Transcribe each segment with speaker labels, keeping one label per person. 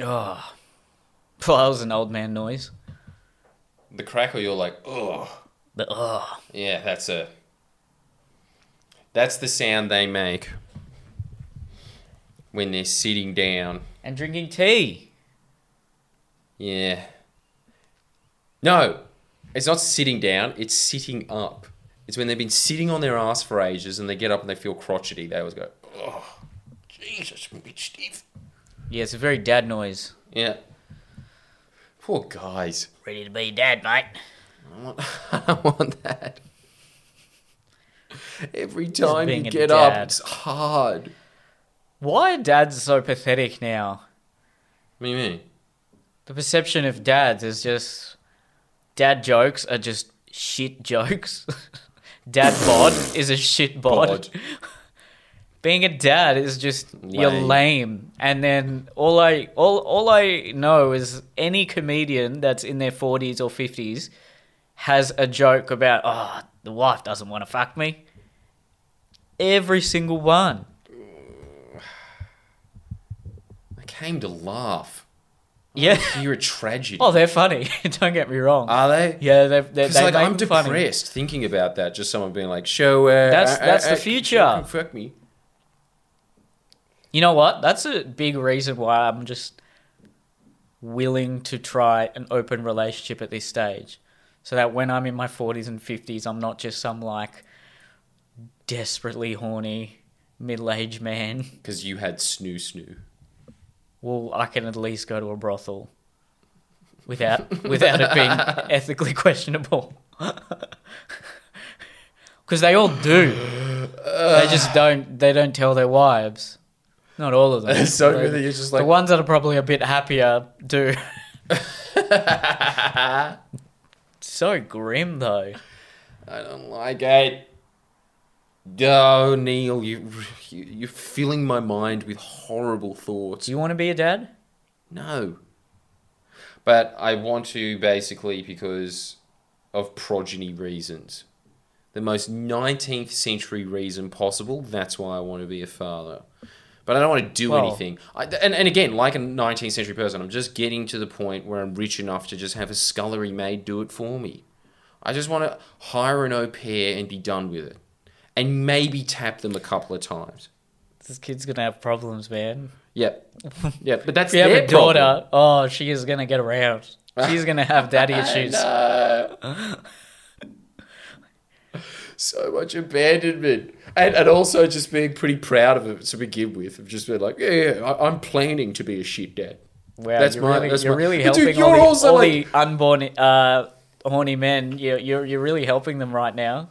Speaker 1: Oh. Well, that was an old man noise.
Speaker 2: The crackle, you're like, oh,
Speaker 1: The oh.
Speaker 2: yeah, that's a. That's the sound they make when they're sitting down.
Speaker 1: And drinking tea.
Speaker 2: Yeah. No, it's not sitting down. It's sitting up. It's when they've been sitting on their ass for ages and they get up and they feel crotchety. They always go, oh, Jesus, I'm a bit stiff.
Speaker 1: Yeah, it's a very dad noise.
Speaker 2: Yeah. Poor guys.
Speaker 1: Ready to be dad, mate.
Speaker 2: I want, I want that. Every time you
Speaker 1: being a
Speaker 2: get up,
Speaker 1: dad.
Speaker 2: it's hard.
Speaker 1: Why are dads so pathetic now?
Speaker 2: What do you mean?
Speaker 1: The perception of dads is just dad jokes are just shit jokes. dad bod is a shit bod.
Speaker 2: Bod.
Speaker 1: Being a dad is just you're
Speaker 2: Lame.
Speaker 1: lame. And then all I all all I know is any comedian that's in their 40s or 50s has a joke about oh the wife doesn't want to fuck me. Every single one.
Speaker 2: I came to laugh.
Speaker 1: Yeah.
Speaker 2: You're a tragedy.
Speaker 1: Oh, they're funny. Don't get me wrong.
Speaker 2: Are they?
Speaker 1: yeah, they're, they're,
Speaker 2: Because
Speaker 1: they
Speaker 2: Uh, like
Speaker 1: make
Speaker 2: I'm
Speaker 1: them funny.
Speaker 2: depressed thinking about that. Just someone being like, "Show." Uh,
Speaker 1: That's-
Speaker 2: uh,
Speaker 1: that's
Speaker 2: uh,
Speaker 1: the
Speaker 2: uh,
Speaker 1: future.
Speaker 2: Fuck me.
Speaker 1: You know what? That's a big reason why I'm just willing to try an open relationship at this stage. So that when I'm in my 40s and 50s, I'm not just some like desperately horny middle aged man.
Speaker 2: Because you had snoo snoo.
Speaker 1: Well, I can at least go to a brothel without, without it being ethically questionable. Because they all do. They just don't. They don't tell their wives. Not all of them.
Speaker 2: so
Speaker 1: They-
Speaker 2: really, it's just like
Speaker 1: the ones that are probably a bit happier do. so grim though.
Speaker 2: I don't like it. Oh, Neil, you, you you're filling my mind with horrible thoughts.
Speaker 1: Do you want to be a dad?
Speaker 2: No. But I want to basically because of progeny reasons. The most 19th century reason possible. That's why I want to be a father. But I don't want to do
Speaker 1: Well-
Speaker 2: anything. I, and, and again, like a 19th century person, I'm just getting to the point where I'm rich enough to just have a scullery maid do it for me. I just want to hire an au pair and be done with it. And maybe tap them a couple of times.
Speaker 1: This kid's gonna have problems, man.
Speaker 2: Yep. Yep. But that's
Speaker 1: If you have
Speaker 2: their
Speaker 1: a
Speaker 2: problem.
Speaker 1: daughter, oh, she is gonna get around. She's gonna have daddy issues.
Speaker 2: so much abandonment. And, and also just being pretty proud of it to begin with. Of just being like, yeah, yeah I, I'm planning to be a shit dad.
Speaker 1: Wow,
Speaker 2: That's
Speaker 1: you're
Speaker 2: my-
Speaker 1: really,
Speaker 2: that's
Speaker 1: you're
Speaker 2: my-
Speaker 1: really
Speaker 2: But
Speaker 1: helping
Speaker 2: dude,
Speaker 1: all,
Speaker 2: you're
Speaker 1: the,
Speaker 2: also
Speaker 1: all
Speaker 2: like-
Speaker 1: the unborn uh, horny men. You're, you're you're really helping them right now.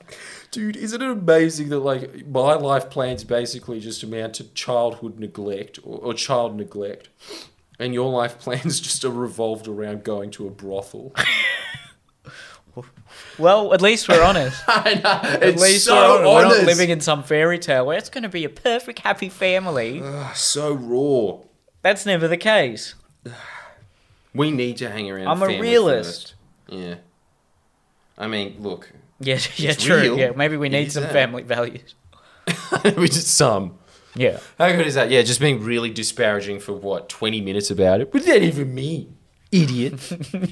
Speaker 2: Dude, isn't it amazing that like my life plans basically just amount to childhood neglect or, or child neglect? And your life plans just are revolved around going to a brothel.
Speaker 1: Well, at least we're honest.
Speaker 2: I know.
Speaker 1: At
Speaker 2: It's
Speaker 1: least
Speaker 2: so
Speaker 1: we're, honest. we're not
Speaker 2: honest.
Speaker 1: living in some fairy tale where it's going to be a perfect happy family.
Speaker 2: Ah, so raw.
Speaker 1: That's never the case.
Speaker 2: We need to hang around.
Speaker 1: I'm a
Speaker 2: family
Speaker 1: realist.
Speaker 2: first. Yeah. I mean, look,
Speaker 1: Yeah, yeah,
Speaker 2: It's
Speaker 1: true.
Speaker 2: real.
Speaker 1: Yeah, maybe we
Speaker 2: It
Speaker 1: need
Speaker 2: is
Speaker 1: some
Speaker 2: there.
Speaker 1: family values.
Speaker 2: we just some.
Speaker 1: Yeah.
Speaker 2: How good is that? Yeah, just being really disparaging for what twenty minutes about it. What's that even mean, idiot?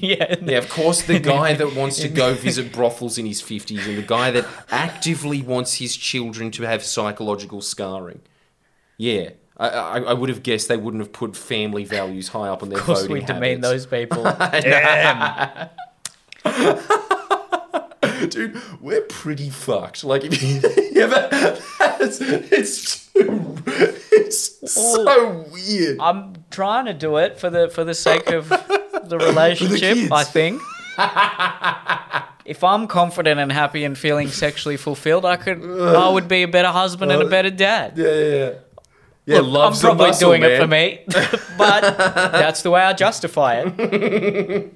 Speaker 1: yeah.
Speaker 2: yeah, of course, the guy that wants to go visit brothels in his fifties, and the guy that actively wants his children to have psychological scarring. Yeah. I, I, I would have guessed they wouldn't have put family values high up on their
Speaker 1: Of course,
Speaker 2: voting
Speaker 1: we demean those
Speaker 2: habits.
Speaker 1: people.
Speaker 2: Dude, we're pretty fucked. Like, if you, yeah, but that's, it's too, it's so weird.
Speaker 1: I'm trying to do it for the for the sake of the relationship.
Speaker 2: kids.
Speaker 1: I think. if I'm confident and happy and feeling sexually fulfilled, I could. I would be a better husband and a better dad.
Speaker 2: Yeah, yeah, yeah. Yeah,
Speaker 1: Look, I'm probably doing it for me, but that's the way I justify it.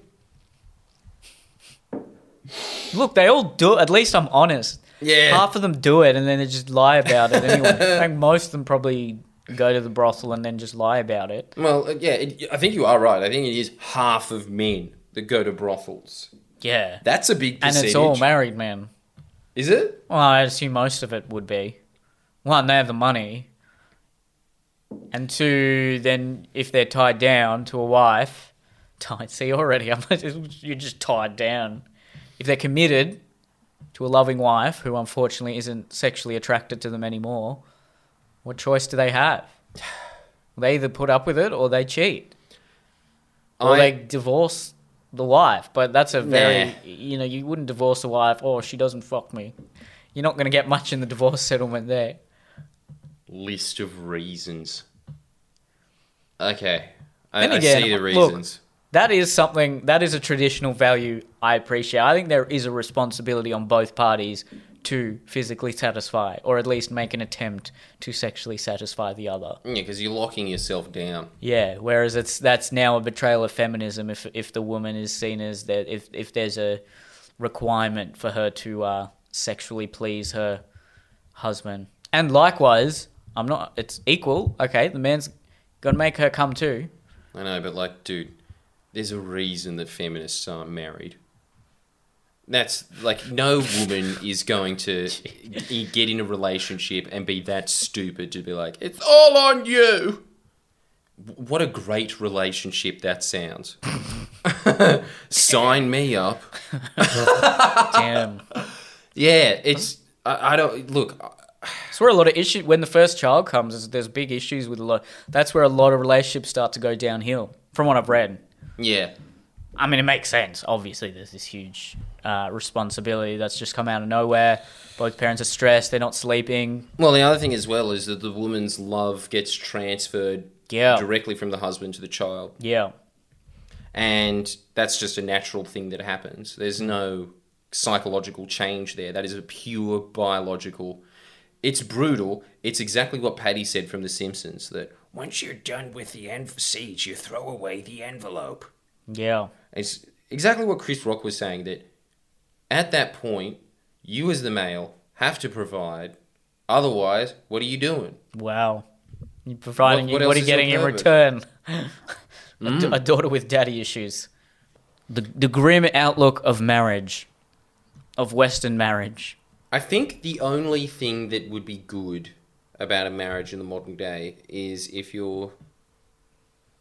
Speaker 1: Look, they all do. At least I'm honest.
Speaker 2: Yeah.
Speaker 1: Half of them do it, and then they just lie about it anyway. I think most of them probably go to the brothel and then just lie about it.
Speaker 2: Well, uh, yeah, it, I think you are right. I think it is half of men that go to brothels.
Speaker 1: Yeah.
Speaker 2: That's a big
Speaker 1: and
Speaker 2: percentage.
Speaker 1: it's all married men.
Speaker 2: Is it?
Speaker 1: Well, I assume most of it would be. One, they have the money. And two, then if they're tied down to a wife, tied. See, already I'm, you're just tied down. If they're committed to a loving wife who unfortunately isn't sexually attracted to them anymore, what choice do they have? They either put up with it or they cheat, or
Speaker 2: I-
Speaker 1: they divorce the wife. But that's a very
Speaker 2: Nah.
Speaker 1: you know you wouldn't divorce the wife. Oh, she doesn't fuck me. You're not going to get much in the divorce settlement there.
Speaker 2: List of reasons. Okay. I,
Speaker 1: Then
Speaker 2: I
Speaker 1: again,
Speaker 2: see the
Speaker 1: look,
Speaker 2: reasons.
Speaker 1: That is something that is a traditional value I appreciate. I think there is a responsibility on both parties to physically satisfy or at least make an attempt to sexually satisfy the other.
Speaker 2: Yeah, because you're locking yourself down.
Speaker 1: Yeah, whereas it's that's now a betrayal of feminism if if the woman is seen as that if if there's a requirement for her to uh, sexually please her husband. And likewise, I'm not it's equal. Okay, the man's going to make her come too.
Speaker 2: I know, but like, dude, there's a reason that feminists aren't married. That's like no woman is going to g- get in a relationship and be that stupid to be like, it's all on you. W- What a great relationship that sounds. Sign me up.
Speaker 1: Damn.
Speaker 2: Yeah, it's. I, I don't look. uh,
Speaker 1: That's where a lot of issue when the first child comes. Is there's big issues with a lot. That's where a lot of relationships start to go downhill. From what I've read,
Speaker 2: Yeah,
Speaker 1: I mean, it makes sense. Obviously, there's this huge uh, responsibility that's just come out of nowhere. Both parents are stressed. They're not sleeping.
Speaker 2: Well, the other thing as well is that the woman's love gets transferred
Speaker 1: Yeah.
Speaker 2: directly from the husband to the child,
Speaker 1: Yeah,
Speaker 2: and that's just a natural thing that happens. There's no psychological change there. That is a pure biological. It's brutal. It's exactly what Patty said from The Simpsons that once you're done with the en- siege, you throw away the envelope.
Speaker 1: yeah,
Speaker 2: It's exactly what Chris Rock was saying that at that point, you as the male have to provide. Otherwise, what are you doing?
Speaker 1: wow. You're providing
Speaker 2: What-
Speaker 1: you-
Speaker 2: what
Speaker 1: what,
Speaker 2: else
Speaker 1: are you
Speaker 2: is your
Speaker 1: getting in
Speaker 2: purpose?
Speaker 1: return? A d- a daughter with daddy issues. The the grim outlook of marriage, of Western marriage.
Speaker 2: I think the only thing that would be good about a marriage in the modern day is if you're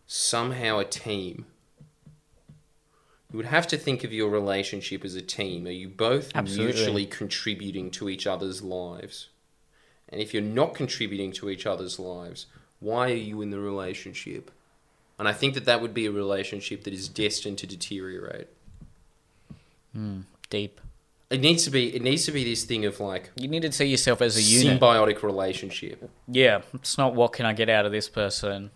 Speaker 2: somehow a team. You would have to think of your relationship as a team. Are you both
Speaker 1: Absolutely.
Speaker 2: mutually contributing to each other's lives? And if you're not contributing to each other's lives, why are you in the relationship? And I think that that would be a relationship that is destined to deteriorate.
Speaker 1: Deep.
Speaker 2: It needs to be. It needs to be this thing of like
Speaker 1: You need to see yourself as a unit.
Speaker 2: symbiotic relationship.
Speaker 1: Yeah, it's not what can I get out of this person.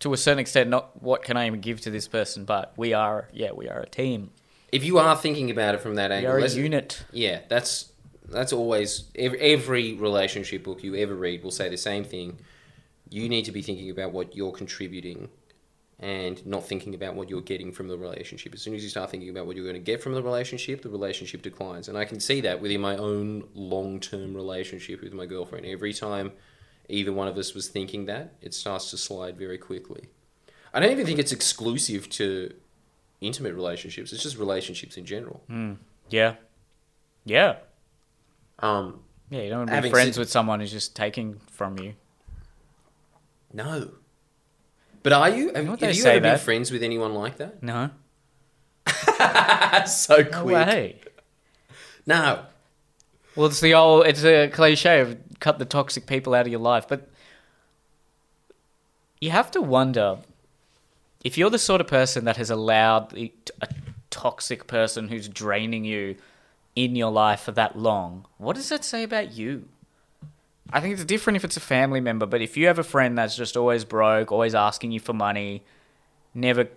Speaker 1: To a certain extent, not what can I even give to this person, but we are, yeah, we are a team.
Speaker 2: if you are thinking about it from that
Speaker 1: We
Speaker 2: angle,
Speaker 1: are a
Speaker 2: that's-
Speaker 1: unit.
Speaker 2: yeah, that's that's always every, every relationship book you ever read will say the same thing. You need to be thinking about what you're contributing and not thinking about what you're getting from the relationship. As soon as you start thinking about what you're going to get from the relationship, the relationship declines. And I can see that within my own long-term relationship with my girlfriend. Every time either one of us was thinking that, it starts to slide very quickly. I don't even think it's exclusive to intimate relationships. It's just relationships in general.
Speaker 1: Yeah. Yeah.
Speaker 2: Um,
Speaker 1: Yeah, you don't want to be
Speaker 2: Having
Speaker 1: friends
Speaker 2: said-
Speaker 1: with someone who's just taking from you.
Speaker 2: no. But are you? Have,
Speaker 1: Don't
Speaker 2: have
Speaker 1: they
Speaker 2: you
Speaker 1: say
Speaker 2: ever been
Speaker 1: that?
Speaker 2: friends with anyone like that?
Speaker 1: No.
Speaker 2: That's so
Speaker 1: No
Speaker 2: quick.
Speaker 1: way.
Speaker 2: No.
Speaker 1: Well, it's the old, it's a cliche of cut the toxic people out of your life, but you have to wonder if you're the sort of person that has allowed the- a toxic person who's draining you in your life for that long, what does that say about you? I think it's different if it's a family member, but if you have a friend that's just always broke, always asking you for money, never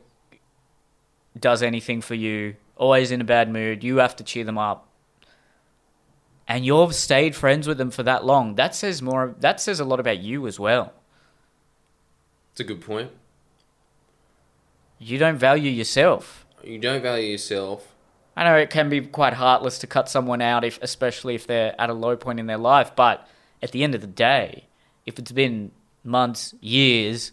Speaker 1: does anything for you, always in a bad mood, you have to cheer them up. And you've stayed friends with them for that long. That says more that says a lot about you as well.
Speaker 2: It's a good point.
Speaker 1: You don't value yourself.
Speaker 2: You don't value yourself.
Speaker 1: I know it can be quite heartless to cut someone out, if, especially if they're at a low point in their life. But at the end of the day, if it's been months, years,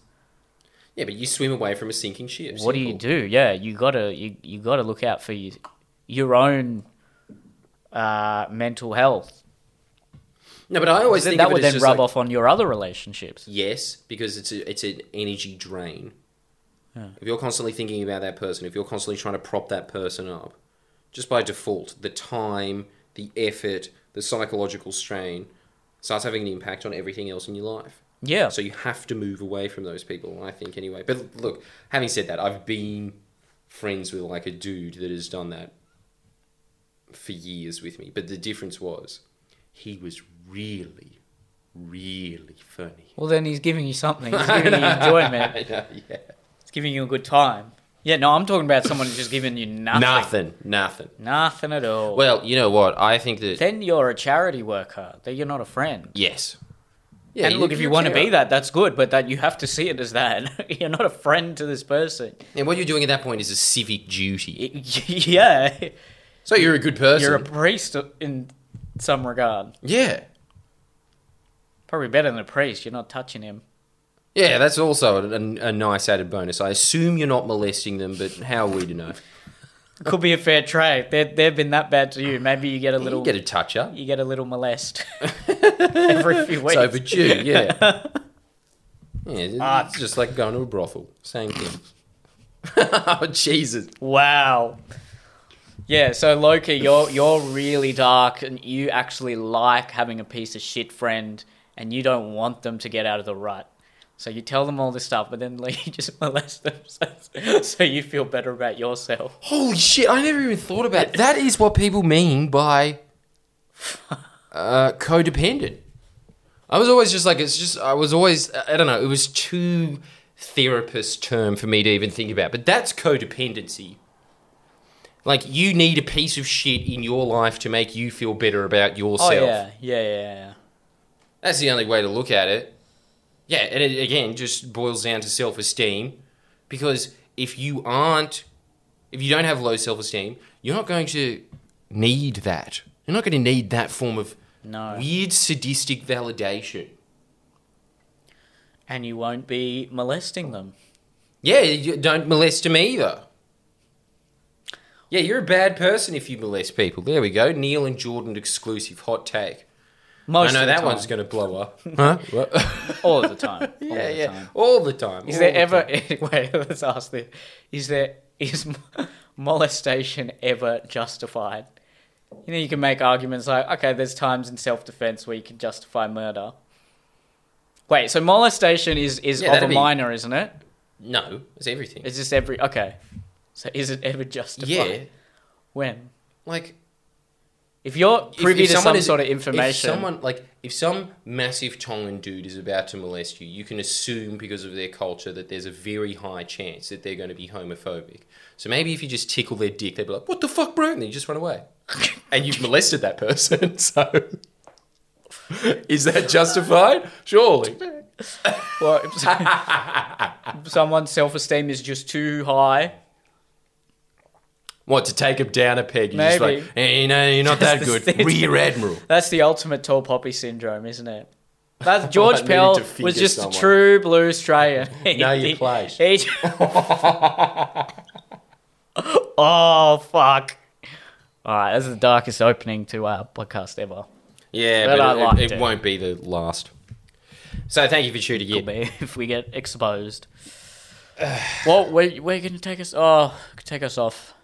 Speaker 2: Yeah, but you swim away from a sinking ship.
Speaker 1: what do you
Speaker 2: Simple.
Speaker 1: do? Yeah, you gotta you, you gotta look out for you, your own uh, mental health.
Speaker 2: No, but I always
Speaker 1: Then
Speaker 2: think
Speaker 1: that
Speaker 2: of it
Speaker 1: would then
Speaker 2: as just
Speaker 1: rub
Speaker 2: like-
Speaker 1: off on your other relationships.
Speaker 2: Yes, because it's a, it's an energy drain.
Speaker 1: Yeah.
Speaker 2: If you're constantly thinking about that person, if you're constantly trying to prop that person up, just by default, the time, the effort, the psychological strain starts having an impact on everything else in your life.
Speaker 1: Yeah.
Speaker 2: Uh, So you have to move away from those people, I think, anyway. But look, having said that, I've been friends with like a dude that has done that for years with me. But the difference was he was really, really funny.
Speaker 1: Well, then he's giving you something. He's giving you enjoyment.
Speaker 2: yeah.
Speaker 1: He's giving you a good time. Yeah, no, I'm talking about someone who's just giving you nothing.
Speaker 2: Nothing. Nothing.
Speaker 1: Nothing at all.
Speaker 2: Well, you know what? I think that
Speaker 1: then you're a charity worker. Then you're not a friend.
Speaker 2: yes.
Speaker 1: and look, if you want to be that, that's good, but that you have to see it as that. you're not a friend to this person.
Speaker 2: and what you're doing at that point is a civic duty.
Speaker 1: yeah.
Speaker 2: So you're a good person.
Speaker 1: You're a priest in some regard.
Speaker 2: yeah,
Speaker 1: Probably better than a priest. You're not touching him.
Speaker 2: yeah. That's also a, a nice added bonus. I assume you're not molesting them, but how are we to know?
Speaker 1: Could be a fair trade. They've, they've been that bad to you. Maybe you get a little
Speaker 2: You get a touch up.
Speaker 1: you get a little molest every few
Speaker 2: It's
Speaker 1: weeks.
Speaker 2: overdue. Yeah. Yeah,
Speaker 1: Ah.
Speaker 2: it's just like going to a brothel. Same thing. oh Jesus!
Speaker 1: Wow. Yeah, so Loki, you're you're really dark and you actually like having a piece of shit friend and you don't want them to get out of the rut. So you tell them all this stuff, but then like, you just molest them so, so you feel better about yourself.
Speaker 2: Holy shit, I never even thought about that. Is what people mean by uh, codependent. I was always just like, it's just, I was always, I don't know, it was too therapist term for me to even think about. But that's codependency. Like, you need a piece of shit in your life to make you feel better about yourself.
Speaker 1: Oh yeah, yeah, yeah, yeah.
Speaker 2: That's the only way to look at it. Yeah, and it again just boils down to self esteem because if you aren't, if you don't have low self esteem, you're not going to need that. You're not going to need that form of
Speaker 1: No.
Speaker 2: weird sadistic validation.
Speaker 1: And you won't be molesting them.
Speaker 2: Yeah, you don't molest them either. Yeah, you're a bad person if you molest people. There we go. Neil and Jordan exclusive hot take.
Speaker 1: Most
Speaker 2: I know
Speaker 1: of the
Speaker 2: that
Speaker 1: time.
Speaker 2: one's going to blow up. huh? What?
Speaker 1: all of the time. All
Speaker 2: yeah,
Speaker 1: of the
Speaker 2: yeah.
Speaker 1: time.
Speaker 2: All the time.
Speaker 1: Is
Speaker 2: all
Speaker 1: there
Speaker 2: the
Speaker 1: ever
Speaker 2: time.
Speaker 1: wait? Let's ask this: Is there is molestation ever justified? You know, you can make arguments like, okay, there's times in self-defense where you can justify murder. Wait, so molestation is is
Speaker 2: Yeah,
Speaker 1: of a
Speaker 2: that'd be-
Speaker 1: minor, isn't it?
Speaker 2: No, it's everything.
Speaker 1: It's just every okay. So is it ever justified?
Speaker 2: yeah,
Speaker 1: When
Speaker 2: like
Speaker 1: if you're
Speaker 2: if-
Speaker 1: privy
Speaker 2: if
Speaker 1: to
Speaker 2: someone
Speaker 1: some
Speaker 2: is-
Speaker 1: sort of
Speaker 2: If
Speaker 1: information,
Speaker 2: someone like if some massive Tongan dude is about to molest you, you can assume because of their culture that there's a very high chance that they're going to be homophobic. So maybe if you just tickle their dick, they'd be like, "What the fuck, bro?" and then you just run away, and you've molested that person. So is that justified? Surely.
Speaker 1: well, if so- someone's self-esteem is just too high.
Speaker 2: What to take him down a peg? You're just
Speaker 1: Maybe.
Speaker 2: like, hey, you know, you're not that
Speaker 1: That's the
Speaker 2: good.
Speaker 1: thing.
Speaker 2: Rear admiral.
Speaker 1: That's the ultimate tall poppy syndrome, isn't it? That's George
Speaker 2: I needed
Speaker 1: Pell
Speaker 2: to finger
Speaker 1: was just
Speaker 2: someone.
Speaker 1: a true blue Australian.
Speaker 2: Now you
Speaker 1: He-
Speaker 2: play.
Speaker 1: he- oh fuck! All right, that's the darkest opening to our podcast ever.
Speaker 2: Yeah,
Speaker 1: But
Speaker 2: but,
Speaker 1: I
Speaker 2: it-
Speaker 1: liked
Speaker 2: it,
Speaker 1: it.
Speaker 2: won't be the last. So thank you for shooting
Speaker 1: Could
Speaker 2: in.
Speaker 1: be if we get exposed. well, where where you gonna take us? Oh, take us off.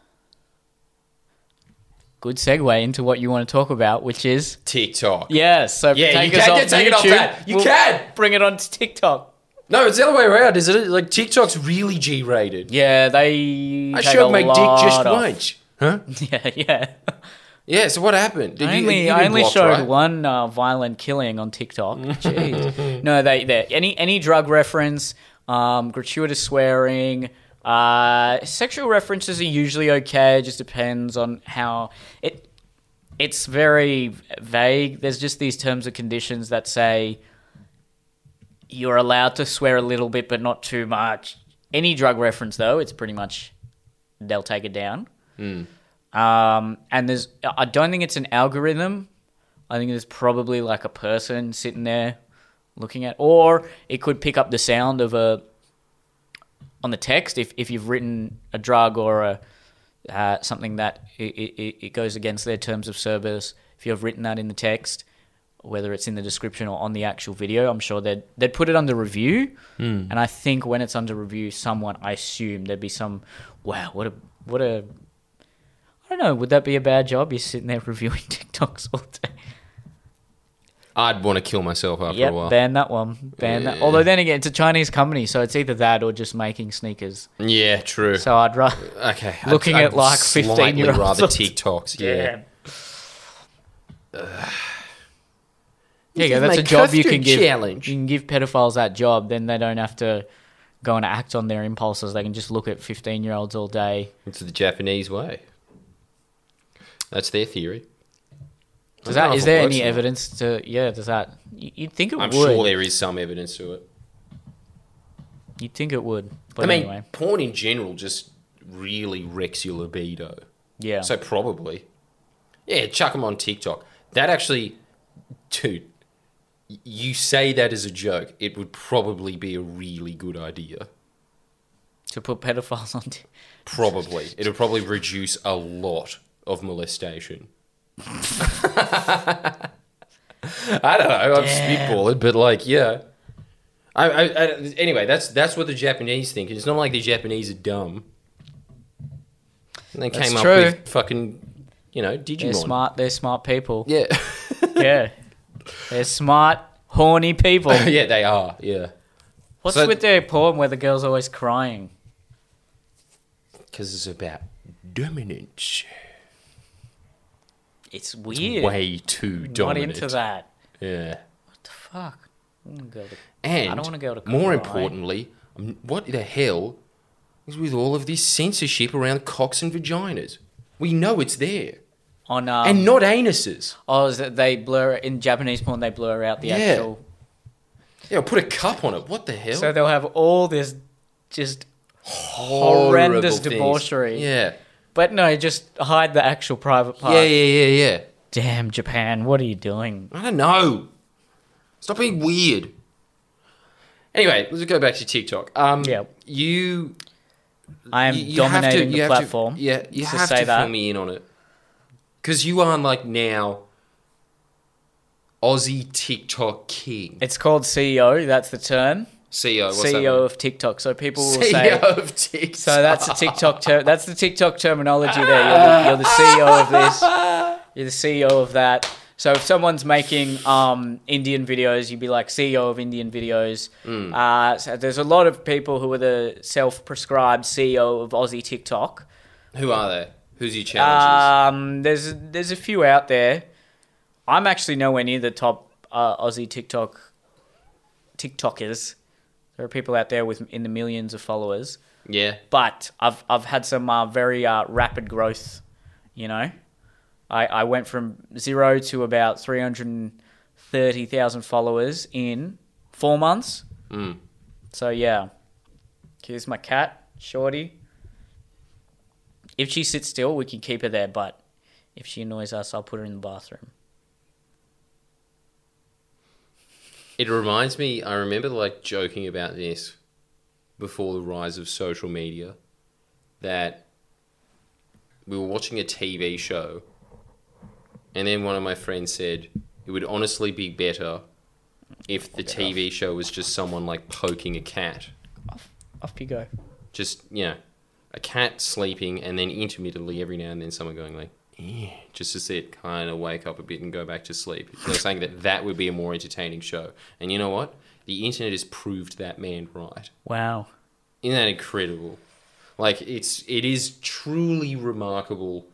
Speaker 1: Good segue into what you want to talk about, which is
Speaker 2: TikTok.
Speaker 1: yes. So
Speaker 2: Yeah,
Speaker 1: take
Speaker 2: you
Speaker 1: us
Speaker 2: can
Speaker 1: off
Speaker 2: get taken
Speaker 1: YouTube,
Speaker 2: off that. You can!
Speaker 1: bring it on to TikTok.
Speaker 2: No, it's the other way around, isn't it? Like TikTok's really G-rated.
Speaker 1: Yeah, they.
Speaker 2: I
Speaker 1: take
Speaker 2: showed
Speaker 1: a
Speaker 2: my dick
Speaker 1: lot
Speaker 2: just
Speaker 1: off.
Speaker 2: once. Huh?
Speaker 1: Yeah, yeah.
Speaker 2: Yeah. So what happened? Did
Speaker 1: I only,
Speaker 2: you
Speaker 1: I only
Speaker 2: blocked,
Speaker 1: showed
Speaker 2: right? Mm.
Speaker 1: one uh, violent killing on TikTok. Jeez. No, they, they any any drug reference, um, gratuitous swearing, uh, sexual references are usually okay. It just depends on how it. It's very vague. There's just these terms and conditions that say you're allowed to swear a little bit, but not too much. Any drug reference, though, it's pretty much they'll take it down. Um, and there's, I don't think it's an algorithm. I think there's probably like a person sitting there looking at, or it could pick up the sound of a on the text if, if you've written a drug or a uh, something that it, it, it goes against their terms of service. If you've written that in the text, whether it's in the description or on the actual video. I'm sure they'd they'd put it under review, and I think when it's under review, someone I assume there'd be some. Wow, what a what a. I don't know. Would that be a bad job? You're sitting there reviewing TikToks all day.
Speaker 2: I'd want to kill myself after a while.
Speaker 1: Yep, ban that one. Ban that.
Speaker 2: Yeah.
Speaker 1: Although then again, it's a Chinese company, so it's either that or just making sneakers.
Speaker 2: yeah, true.
Speaker 1: So I'd rather.
Speaker 2: okay.
Speaker 1: looking at, like,
Speaker 2: slightly
Speaker 1: 15-year-olds
Speaker 2: rather
Speaker 1: on-
Speaker 2: TikToks. Yeah.
Speaker 1: There you go.
Speaker 2: can
Speaker 1: That's a
Speaker 2: make
Speaker 1: job you
Speaker 2: custard
Speaker 1: can give.
Speaker 2: challenge.
Speaker 1: You can give pedophiles that job, then they don't have to go and act on their impulses. They can just look at fifteen-year-olds all day.
Speaker 2: It's the Japanese way. That's their theory. I
Speaker 1: Does
Speaker 2: don't know
Speaker 1: that?
Speaker 2: if
Speaker 1: Is
Speaker 2: it
Speaker 1: there
Speaker 2: works
Speaker 1: any
Speaker 2: or not.
Speaker 1: evidence to? Yeah. Does that? you- You'd think it
Speaker 2: I'm
Speaker 1: would.
Speaker 2: sure there is some evidence to it.
Speaker 1: You'd think it would. But
Speaker 2: I mean,
Speaker 1: anyway,
Speaker 2: porn in general just really wrecks your libido.
Speaker 1: yeah.
Speaker 2: So probably, yeah, chuck them on TikTok. That actually, dude, y- you say that as a joke. It would probably be a really good idea.
Speaker 1: to put pedophiles on. T-
Speaker 2: Probably, it would probably reduce a lot of molestation. I don't know. I'm
Speaker 1: Damn.
Speaker 2: spitballing, but like, yeah. I, I, I, anyway, that's that's what the Japanese think. It's not like the Japanese are dumb. And they
Speaker 1: That's
Speaker 2: came
Speaker 1: true.
Speaker 2: up with fucking, you know,
Speaker 1: they're
Speaker 2: Digimon.
Speaker 1: smart. They're smart people.
Speaker 2: Yeah.
Speaker 1: yeah. They're smart, horny people.
Speaker 2: yeah, they are. Yeah,
Speaker 1: What's
Speaker 2: So-
Speaker 1: with their porn where the girl's always crying?
Speaker 2: because it's about dominance.
Speaker 1: It's weird.
Speaker 2: Way too
Speaker 1: Not
Speaker 2: dominant.
Speaker 1: into that.
Speaker 2: Yeah,
Speaker 1: What the fuck? I wanna go to-
Speaker 2: and
Speaker 1: don't wanna go to
Speaker 2: more
Speaker 1: cry.
Speaker 2: importantly, um, what the hell is with all of this censorship around cocks and vaginas? We know it's there,
Speaker 1: On um,
Speaker 2: and not anuses.
Speaker 1: oh, is that they blur in Japanese porn? They blur out the
Speaker 2: Yeah.
Speaker 1: actual.
Speaker 2: Yeah, put a cup on it. What the hell?
Speaker 1: So they'll have all this, just.
Speaker 2: Horrible
Speaker 1: horrendous
Speaker 2: things.
Speaker 1: debauchery.
Speaker 2: Yeah.
Speaker 1: But no, just hide the actual private part.
Speaker 2: Yeah, yeah, yeah, yeah.
Speaker 1: Damn Japan, what are you doing?
Speaker 2: I don't know. Stop being weird. Anyway, let's go back to TikTok. Um,
Speaker 1: Yeah.
Speaker 2: You
Speaker 1: I am
Speaker 2: You- you have to-
Speaker 1: dominating
Speaker 2: you
Speaker 1: the
Speaker 2: have to-
Speaker 1: platform.
Speaker 2: yeah, you
Speaker 1: to
Speaker 2: have
Speaker 1: say
Speaker 2: to
Speaker 1: that.
Speaker 2: fill me in on it because you are like now Aussie TikTok king,
Speaker 1: It's called CEO. That's the term.
Speaker 2: CEO. What's that E
Speaker 1: CEO
Speaker 2: mean?
Speaker 1: of TikTok. So people E will say.
Speaker 2: CEO of TikTok. Uh,
Speaker 1: So that's the TikTok term. That's the TikTok terminology there. You're the, you're the CEO of this. You're the CEO of that. So if someone's making um, Indian videos, you'd be like CEO of Indian videos. Uh, so there's a lot of people who are the self-prescribed CEO of Aussie TikTok.
Speaker 2: Who are they? Who's
Speaker 1: Uh,
Speaker 2: your challengers?
Speaker 1: Um, there's there's a few out there. I'm actually nowhere near the top uh, Aussie TikTok TikTokers. There are people out there with in the millions of followers
Speaker 2: yeah,
Speaker 1: but I've I've had some uh, very uh, rapid growth. You know, I I went from zero to about three hundred thirty thousand followers in four months.
Speaker 2: Mm.
Speaker 1: So yeah, here's my cat, Shorty. If she sits still, we can keep her there. But if she annoys us, I'll put her in the bathroom.
Speaker 2: it reminds me. I remember like joking about this before the rise of social media that we were watching a TV show, and then one of my friends said it would honestly be better if the TV show was just someone like poking a cat,
Speaker 1: Off you go.
Speaker 2: just you know, a cat sleeping, and then intermittently every now and then someone going like. "Eh," Just to see it kind of wake up a bit and go back to sleep. They're saying that that would be a more entertaining show. And you know what? The internet has proved that man right.
Speaker 1: Wow.
Speaker 2: Isn't that incredible? Like it's it is truly remarkable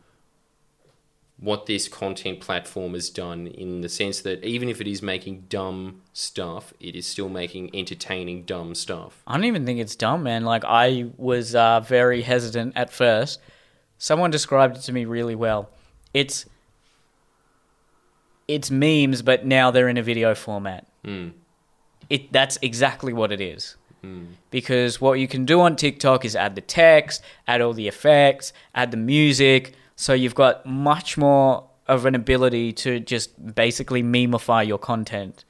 Speaker 2: what this content platform has done in the sense that even if it is making dumb stuff, it is still making entertaining dumb stuff.
Speaker 1: I don't even think it's dumb, man. Like I was uh, very hesitant at first. Someone described it to me really well. It's it's memes, but now they're in a video format. It that's exactly what it is. Because what you can do on TikTok is add the text, add all the effects, add the music. So you've got much more of an ability to just basically memeify your content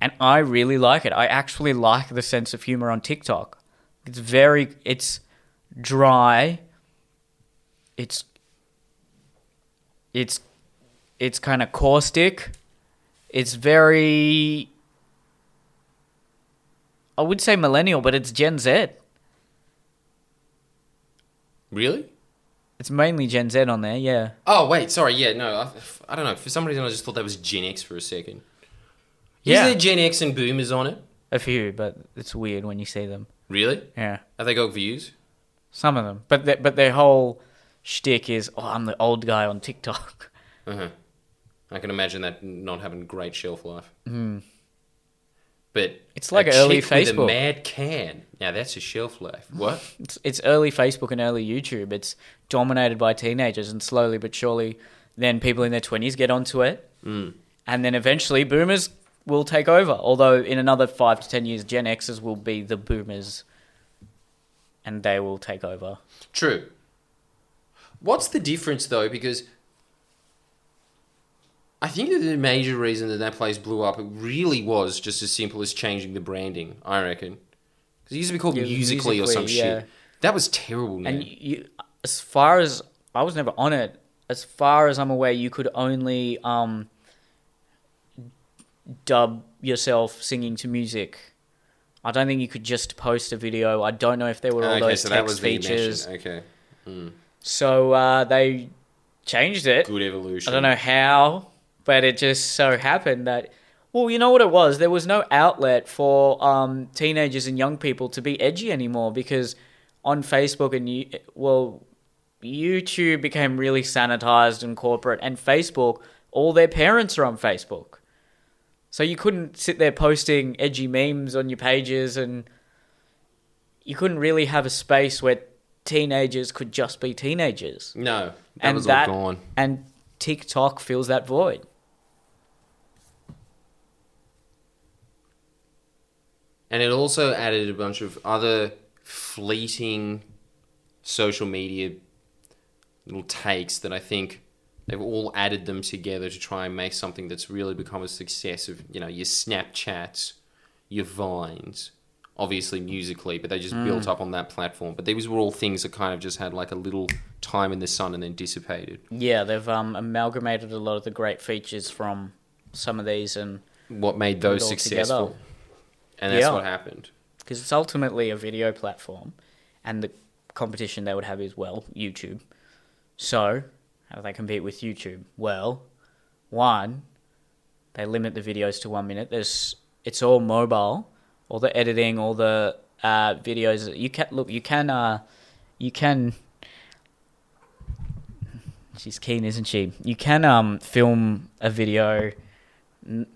Speaker 1: and I really like it. I actually like the sense of humor on TikTok. It's very it's dry. It's it's It's kind of caustic. It's very. I would say millennial, but it's Gen Z.
Speaker 2: Really?
Speaker 1: It's mainly Gen Z on there, yeah.
Speaker 2: Oh wait, sorry. Yeah, no. I, I don't know. For some reason, I just thought that was Gen X for a second.
Speaker 1: Yeah.
Speaker 2: Is there Gen X and Boomers on it?
Speaker 1: A few, but it's weird when you see them.
Speaker 2: Really?
Speaker 1: Yeah.
Speaker 2: Have they got views?
Speaker 1: Some of them, but their but their whole shtick is, oh, I'm the old guy on TikTok.
Speaker 2: Uh huh. I can imagine that not having great shelf life. But
Speaker 1: Hmm. It's like
Speaker 2: a
Speaker 1: early
Speaker 2: chick with a
Speaker 1: Facebook.
Speaker 2: mad can. Now that's a shelf life. What?
Speaker 1: It's, it's early Facebook and early YouTube. It's dominated by teenagers, and slowly but surely, then people in their twenties get onto it, mm. and then eventually boomers will take over. Although in another five to ten years, Gen Xers will be the boomers, and they will take over.
Speaker 2: True. What's the difference though? Because I think that the major reason that that place blew up it really was just as simple as changing the branding. I reckon because it used to be called
Speaker 1: Yeah,
Speaker 2: Musically, or some
Speaker 1: Musical.ly, yeah.
Speaker 2: shit. That was terrible, man.
Speaker 1: And you, as far as I was never on it, as far as I'm aware, you could only um, dub yourself singing to music. I don't think you could just post a video. I don't know if there were all
Speaker 2: okay,
Speaker 1: those
Speaker 2: so that
Speaker 1: text
Speaker 2: was the
Speaker 1: features.
Speaker 2: invention. Okay,
Speaker 1: So uh, they changed it.
Speaker 2: good evolution.
Speaker 1: I don't know how, but it just so happened that. Well, you know what it was? There was no outlet for um, teenagers and young people to be edgy anymore because on Facebook and, you, well, YouTube became really sanitized and corporate, and Facebook, all their parents are on Facebook. So you couldn't sit there posting edgy memes on your pages, and you couldn't really have a space where teenagers could just be teenagers
Speaker 2: No, that
Speaker 1: and
Speaker 2: was
Speaker 1: that
Speaker 2: all gone.
Speaker 1: and TikTok fills that void.
Speaker 2: And it also added a bunch of other fleeting social media little takes that I think they've all added them together to try and make something that's really become a success of, you know, your Snapchats, your Vines, obviously musically, but they just
Speaker 1: Mm.
Speaker 2: built up on that platform. But these were all things that kind of just had like a little time in the sun and then dissipated.
Speaker 1: Yeah, they've um, amalgamated a lot of the great features from some of these, and
Speaker 2: What made
Speaker 1: Put
Speaker 2: those
Speaker 1: it all
Speaker 2: successful?
Speaker 1: together.
Speaker 2: And that's
Speaker 1: Yeah.
Speaker 2: what happened.
Speaker 1: because it's ultimately a video platform, and the competition they would have is well YouTube. So how do they compete with YouTube? Well, one, they limit the videos to one minute. There's it's all mobile, all the editing, all the uh, videos. You can look, you can, uh, you can. She's keen, isn't she? You can um film a video n-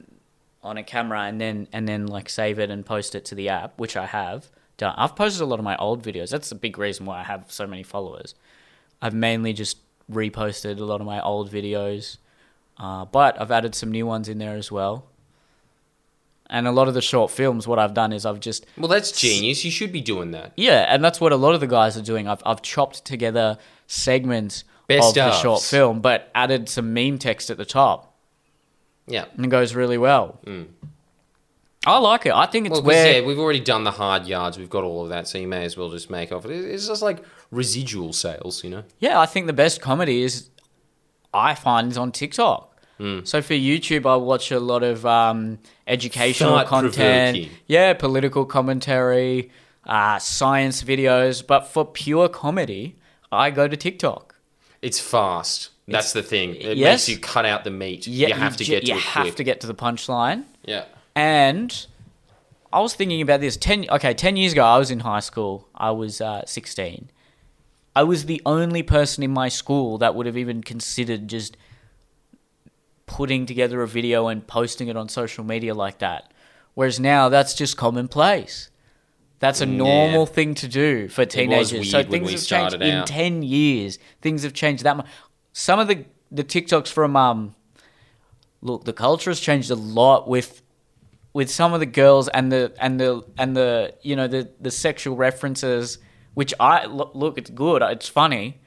Speaker 1: on a camera and then and then like save it and post it to the app, which I have done. I've posted a lot of my old videos. That's the big reason why I have so many followers. I've mainly just reposted a lot of my old videos, uh, but I've added some new ones in there as well. And a lot of the short films, what I've done is I've just
Speaker 2: Well, that's genius. You should be doing that.
Speaker 1: yeah, and that's what a lot of the guys are doing. I've I've chopped together segments
Speaker 2: Best
Speaker 1: of the
Speaker 2: ofs.
Speaker 1: short film, but added some meme text at the top,
Speaker 2: Yeah.
Speaker 1: and it goes really well. I like it. I think it's
Speaker 2: Hmm. Well, 'cause,
Speaker 1: where
Speaker 2: yeah, we've already done the hard yards. We've got all of that, so you may as well just make off it. It's just like residual sales, you know.
Speaker 1: Yeah, I think the best comedy is I find is on TikTok.
Speaker 2: Hmm.
Speaker 1: So for YouTube, I watch a lot of um, educational content.
Speaker 2: Thought-provoking.
Speaker 1: Yeah, political commentary, uh, science videos. But for pure comedy, I go to TikTok.
Speaker 2: It's fast. That's the thing. It
Speaker 1: yes.
Speaker 2: makes you cut out the meat.
Speaker 1: Yeah,
Speaker 2: you have to
Speaker 1: ju-
Speaker 2: get to
Speaker 1: you
Speaker 2: it
Speaker 1: have
Speaker 2: quick.
Speaker 1: to get to the punchline.
Speaker 2: Yeah.
Speaker 1: And I was thinking about this ten. Okay, ten years ago, I was in high school. I was uh, sixteen. I was the only person in my school that would have even considered just putting together a video and posting it on social media like that. Whereas now, that's just commonplace. That's a normal thing to do for teenagers. so
Speaker 2: weird when
Speaker 1: things
Speaker 2: we
Speaker 1: have changed
Speaker 2: started
Speaker 1: in
Speaker 2: out.
Speaker 1: ten years. Things have changed that much. Some of the the TikToks from um, look, the culture has changed a lot with with some of the girls and the and the and the you know the the sexual references, which I lo- look, it's good, it's funny.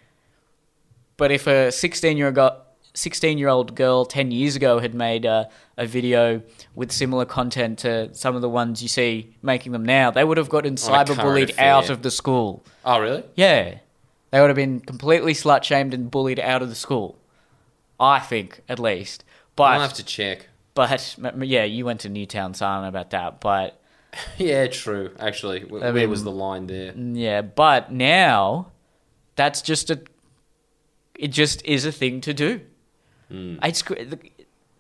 Speaker 1: But if a sixteen year old sixteen year old girl ten years ago had made a, a video with similar content to some of the ones you see making them now, they would have gotten
Speaker 2: On a current
Speaker 1: cyberbullied
Speaker 2: affair.
Speaker 1: out of the school.
Speaker 2: Oh, really?
Speaker 1: Yeah, they would have been completely slut shamed and bullied out of the school. I think at least.
Speaker 2: I'll
Speaker 1: But
Speaker 2: have to check.
Speaker 1: but m- m- yeah, you went to Newtown, so I don't know about that. But
Speaker 2: Yeah, true. Actually, wh-
Speaker 1: I
Speaker 2: where
Speaker 1: mean-
Speaker 2: was the line there?
Speaker 1: yeah, but now that's just a it just is a thing to do. It's cr- the,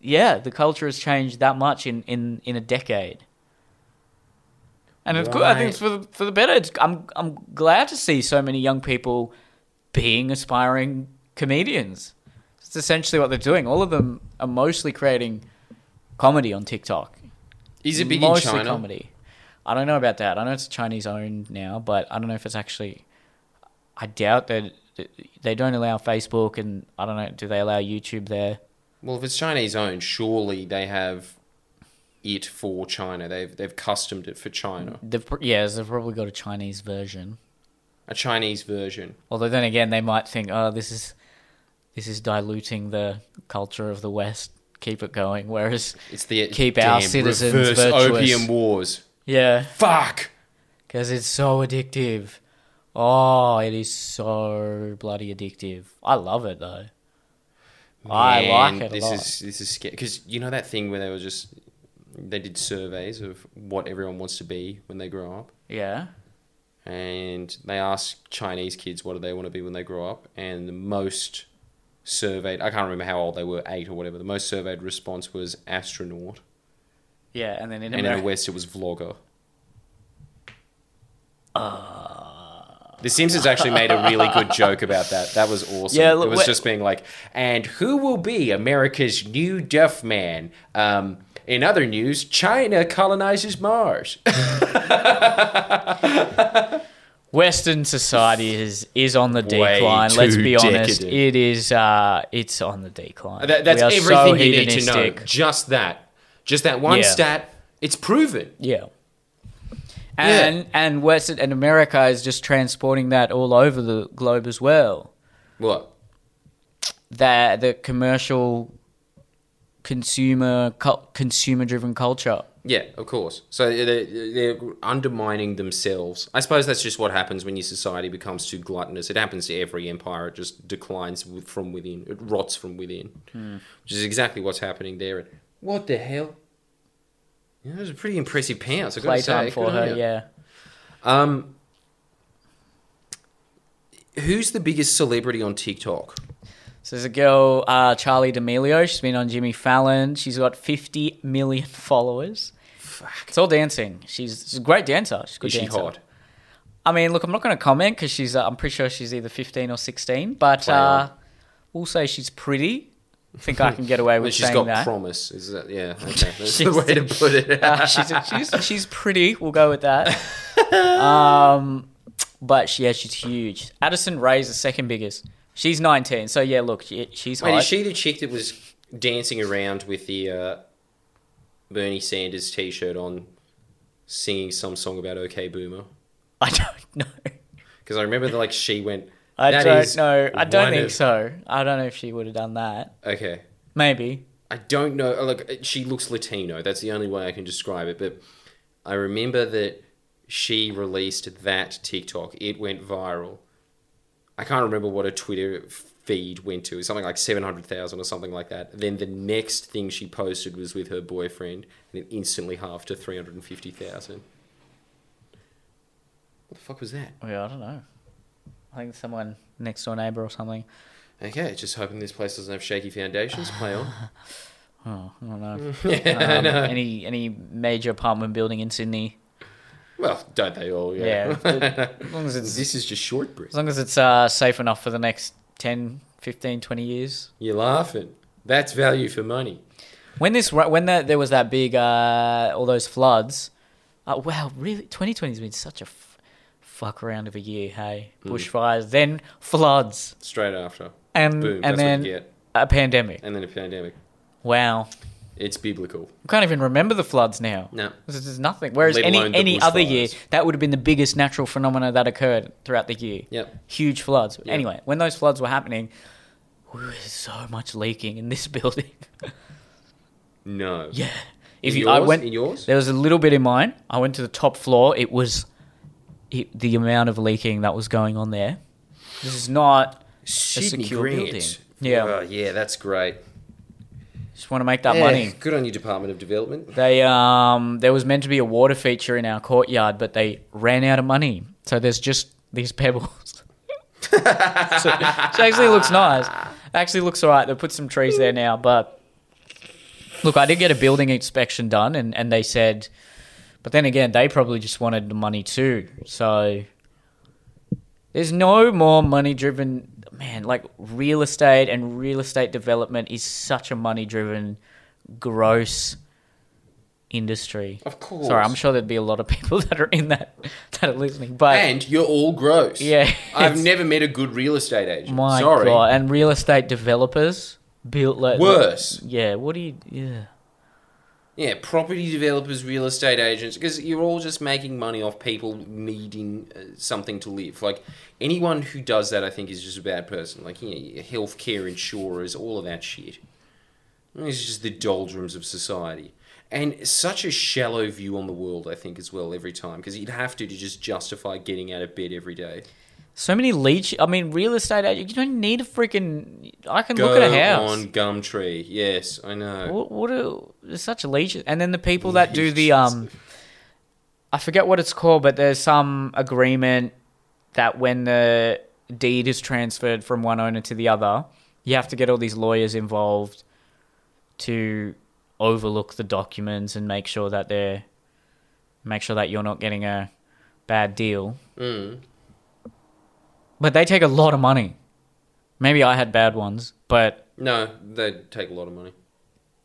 Speaker 1: yeah, the culture has changed that much in in in a decade. And it's good. I think it's for the, for the better. It's, I'm I'm glad to see so many young people being aspiring comedians. It's essentially what they're doing. All of them are mostly creating comedy on TikTok.
Speaker 2: Is it big in
Speaker 1: mostly
Speaker 2: China?
Speaker 1: comedy. I don't know about that. I know it's Chinese owned now, but I don't know if it's actually. I doubt that they don't allow Facebook, and I don't know. Do they allow YouTube there?
Speaker 2: Well, if it's Chinese owned, surely they have it for China. They've they've customed it for China.
Speaker 1: They've, pr- yeah, they've probably got a Chinese version.
Speaker 2: A Chinese version.
Speaker 1: Although then again, they might think, oh, this is this is diluting the culture of the West. Keep it going. Whereas,
Speaker 2: It's the
Speaker 1: Keep our
Speaker 2: damn
Speaker 1: citizens
Speaker 2: reverse
Speaker 1: virtuous.
Speaker 2: opium wars.
Speaker 1: yeah,
Speaker 2: Fuck.
Speaker 1: because it's so addictive. Oh, it is so bloody addictive. I love it though. I like
Speaker 2: Man,
Speaker 1: it a
Speaker 2: This
Speaker 1: lot.
Speaker 2: is this is scary because you know that thing where they were just they did surveys of what everyone wants to be when they grow up,
Speaker 1: Yeah.
Speaker 2: and they asked Chinese kids what do they want to be when they grow up, and the most surveyed I can't remember how old they were, eight or whatever. The most surveyed response was astronaut,
Speaker 1: Yeah, and then in
Speaker 2: and in the
Speaker 1: America,
Speaker 2: West it was vlogger.
Speaker 1: Uh.
Speaker 2: The Simpsons actually made a really good joke about that. That was awesome.
Speaker 1: Yeah,
Speaker 2: it
Speaker 1: look,
Speaker 2: was
Speaker 1: wh-
Speaker 2: just being like, and who will be America's new deaf man? Um, in other news, China colonizes Mars.
Speaker 1: Western society is is on the
Speaker 2: Way
Speaker 1: decline. Let's
Speaker 2: too
Speaker 1: be honest,
Speaker 2: decadent.
Speaker 1: it is. Uh, it's on the decline.
Speaker 2: that,
Speaker 1: We
Speaker 2: that's
Speaker 1: are so
Speaker 2: everything you need to know.
Speaker 1: hedonistic.
Speaker 2: Just that. Just that one
Speaker 1: Yeah.
Speaker 2: stat. It's proven.
Speaker 1: Yeah. And and Western and America is just transporting that all over the globe as well.
Speaker 2: What?
Speaker 1: That the commercial, consumer, consumer driven culture.
Speaker 2: Yeah, of course. So they're, they're undermining themselves. I suppose that's just what happens when your society becomes too gluttonous. It happens to every empire. It just declines with- from within. It rots from within,
Speaker 1: Hmm.
Speaker 2: which is exactly what's happening there. What the hell? Yeah, that was a pretty impressive pounce. I gotta
Speaker 1: Playtime
Speaker 2: say.
Speaker 1: for
Speaker 2: Good on
Speaker 1: her.
Speaker 2: you.
Speaker 1: Yeah.
Speaker 2: Um, who's the biggest celebrity on TikTok?
Speaker 1: So there's a girl, uh, Charlie D'Amelio. She's been on Jimmy Fallon. She's got 50 million followers.
Speaker 2: Fuck.
Speaker 1: It's all dancing. She's, she's a great dancer. She's a good
Speaker 2: Is she
Speaker 1: dancer.
Speaker 2: hot?
Speaker 1: I mean, look, I'm not going to comment because she's. Uh, I'm pretty sure she's either 15 or 16, but
Speaker 2: Play on.
Speaker 1: uh, we'll say she's pretty. I think I can get away
Speaker 2: I mean,
Speaker 1: with
Speaker 2: she's
Speaker 1: saying
Speaker 2: got
Speaker 1: that.
Speaker 2: promise. Is that yeah? Okay, that's the
Speaker 1: She's-
Speaker 2: way to put it.
Speaker 1: Uh, she's, she's she's pretty. We'll go with that. um, but she, yeah, she's huge. Addison Rae's the second biggest. She's 19, so yeah, look, she, she's
Speaker 2: Wait,
Speaker 1: hot.
Speaker 2: is she the chick that was dancing around with the uh, Bernie Sanders T-shirt on, singing some song about OK Boomer?
Speaker 1: I don't know.
Speaker 2: Because I remember that, like she went.
Speaker 1: I
Speaker 2: "That
Speaker 1: don't
Speaker 2: is
Speaker 1: know. I
Speaker 2: one
Speaker 1: don't think
Speaker 2: of-"
Speaker 1: so. I don't know if she would have done that.
Speaker 2: Okay,
Speaker 1: Maybe.
Speaker 2: I don't know. Like she looks Latino. That's the only way I can describe it. But I remember that she released that TikTok. It went viral. I can't remember what her Twitter feed went to. Something like seven hundred thousand or something like that. Then the next thing she posted was with her boyfriend, and it instantly halved to three hundred and fifty thousand. What the fuck was that?
Speaker 1: Yeah, I don't know. I think someone next door neighbor or something.
Speaker 2: Okay, just hoping this place doesn't have shaky foundations. Play on.
Speaker 1: Oh, I don't know.
Speaker 2: yeah,
Speaker 1: Um, Any any major apartment building in Sydney?
Speaker 2: Well, don't they all?
Speaker 1: Yeah.
Speaker 2: Yeah.
Speaker 1: As long as it's
Speaker 2: this is just shortbread.
Speaker 1: as long as it's uh, safe enough for the next 10, 15, 20 years.
Speaker 2: You're laughing. That's value for money.
Speaker 1: When this ru- when that there was that big uh, all those floods. Uh, wow, really, twenty twenty has been such a f- fuck around of a year. Hey,
Speaker 2: Hmm.
Speaker 1: bushfires, then floods,
Speaker 2: Straight after.
Speaker 1: and
Speaker 2: Boom.
Speaker 1: and
Speaker 2: that's
Speaker 1: then
Speaker 2: what you get.
Speaker 1: a pandemic.
Speaker 2: And then a pandemic.
Speaker 1: Wow.
Speaker 2: It's biblical.
Speaker 1: I can't even remember the floods now.
Speaker 2: No.
Speaker 1: This is nothing. Whereas
Speaker 2: Let
Speaker 1: any
Speaker 2: alone the
Speaker 1: any other year,
Speaker 2: bushfires.
Speaker 1: that would have been the biggest natural phenomena that occurred throughout the year.
Speaker 2: Yep.
Speaker 1: Huge floods.
Speaker 2: Yeah.
Speaker 1: Anyway, when those floods were happening, we were so much leaking in this building.
Speaker 2: No.
Speaker 1: yeah.
Speaker 2: In
Speaker 1: If you, I
Speaker 2: yours?
Speaker 1: went,
Speaker 2: In yours?
Speaker 1: there was a little bit in mine. I went to the top floor. It was it, the amount of leaking that was going on there. This is not.
Speaker 2: Sydney
Speaker 1: secure
Speaker 2: Grant
Speaker 1: building. Yeah.
Speaker 2: Oh, yeah, that's great.
Speaker 1: Just want to make that
Speaker 2: Yeah,
Speaker 1: money.
Speaker 2: Good on your Department of Development.
Speaker 1: They um there was meant to be a water feature in our courtyard, but they ran out of money. So there's just these pebbles. so, so it actually looks nice. It actually looks alright. They put some trees there now, but look, I did get a building inspection done and, and they said but then again, they probably just wanted the money too. So there's no more money driven man, like real estate and real estate development is such a money driven gross industry.
Speaker 2: Of course.
Speaker 1: Sorry, I'm sure there'd be a lot of people that are in that that are listening. But
Speaker 2: And you're all gross.
Speaker 1: Yeah,
Speaker 2: I've
Speaker 1: it's-
Speaker 2: never met a good real estate agent.
Speaker 1: my
Speaker 2: Sorry.
Speaker 1: god, and real estate developers built like
Speaker 2: Worse.
Speaker 1: Yeah, what do you? Yeah,
Speaker 2: Yeah, property developers, real estate agents, because you're all just making money off people needing uh, something to live. Like, anyone who does that, I think, is just a bad person. Like, you know, your healthcare insurers, all of that shit. It's just the doldrums of society. And such a shallow view on the world, I think, as well, every time, because you'd have to to just justify getting out of bed every day.
Speaker 1: so many leech. I mean, real estate agent. You don't need a freaking. I can look at a house.
Speaker 2: on Gumtree. Yes, I know.
Speaker 1: What, what a, there's such a legion. And then the people that do the um, I forget what it's called, but there's some agreement that when the deed is transferred from one owner to the other, you have to get all these lawyers involved to overlook the documents and make sure that they're make sure that you're not getting a bad deal.
Speaker 2: Mm.
Speaker 1: But they take a lot of money. Maybe I had bad ones, but
Speaker 2: No, they take a lot of money.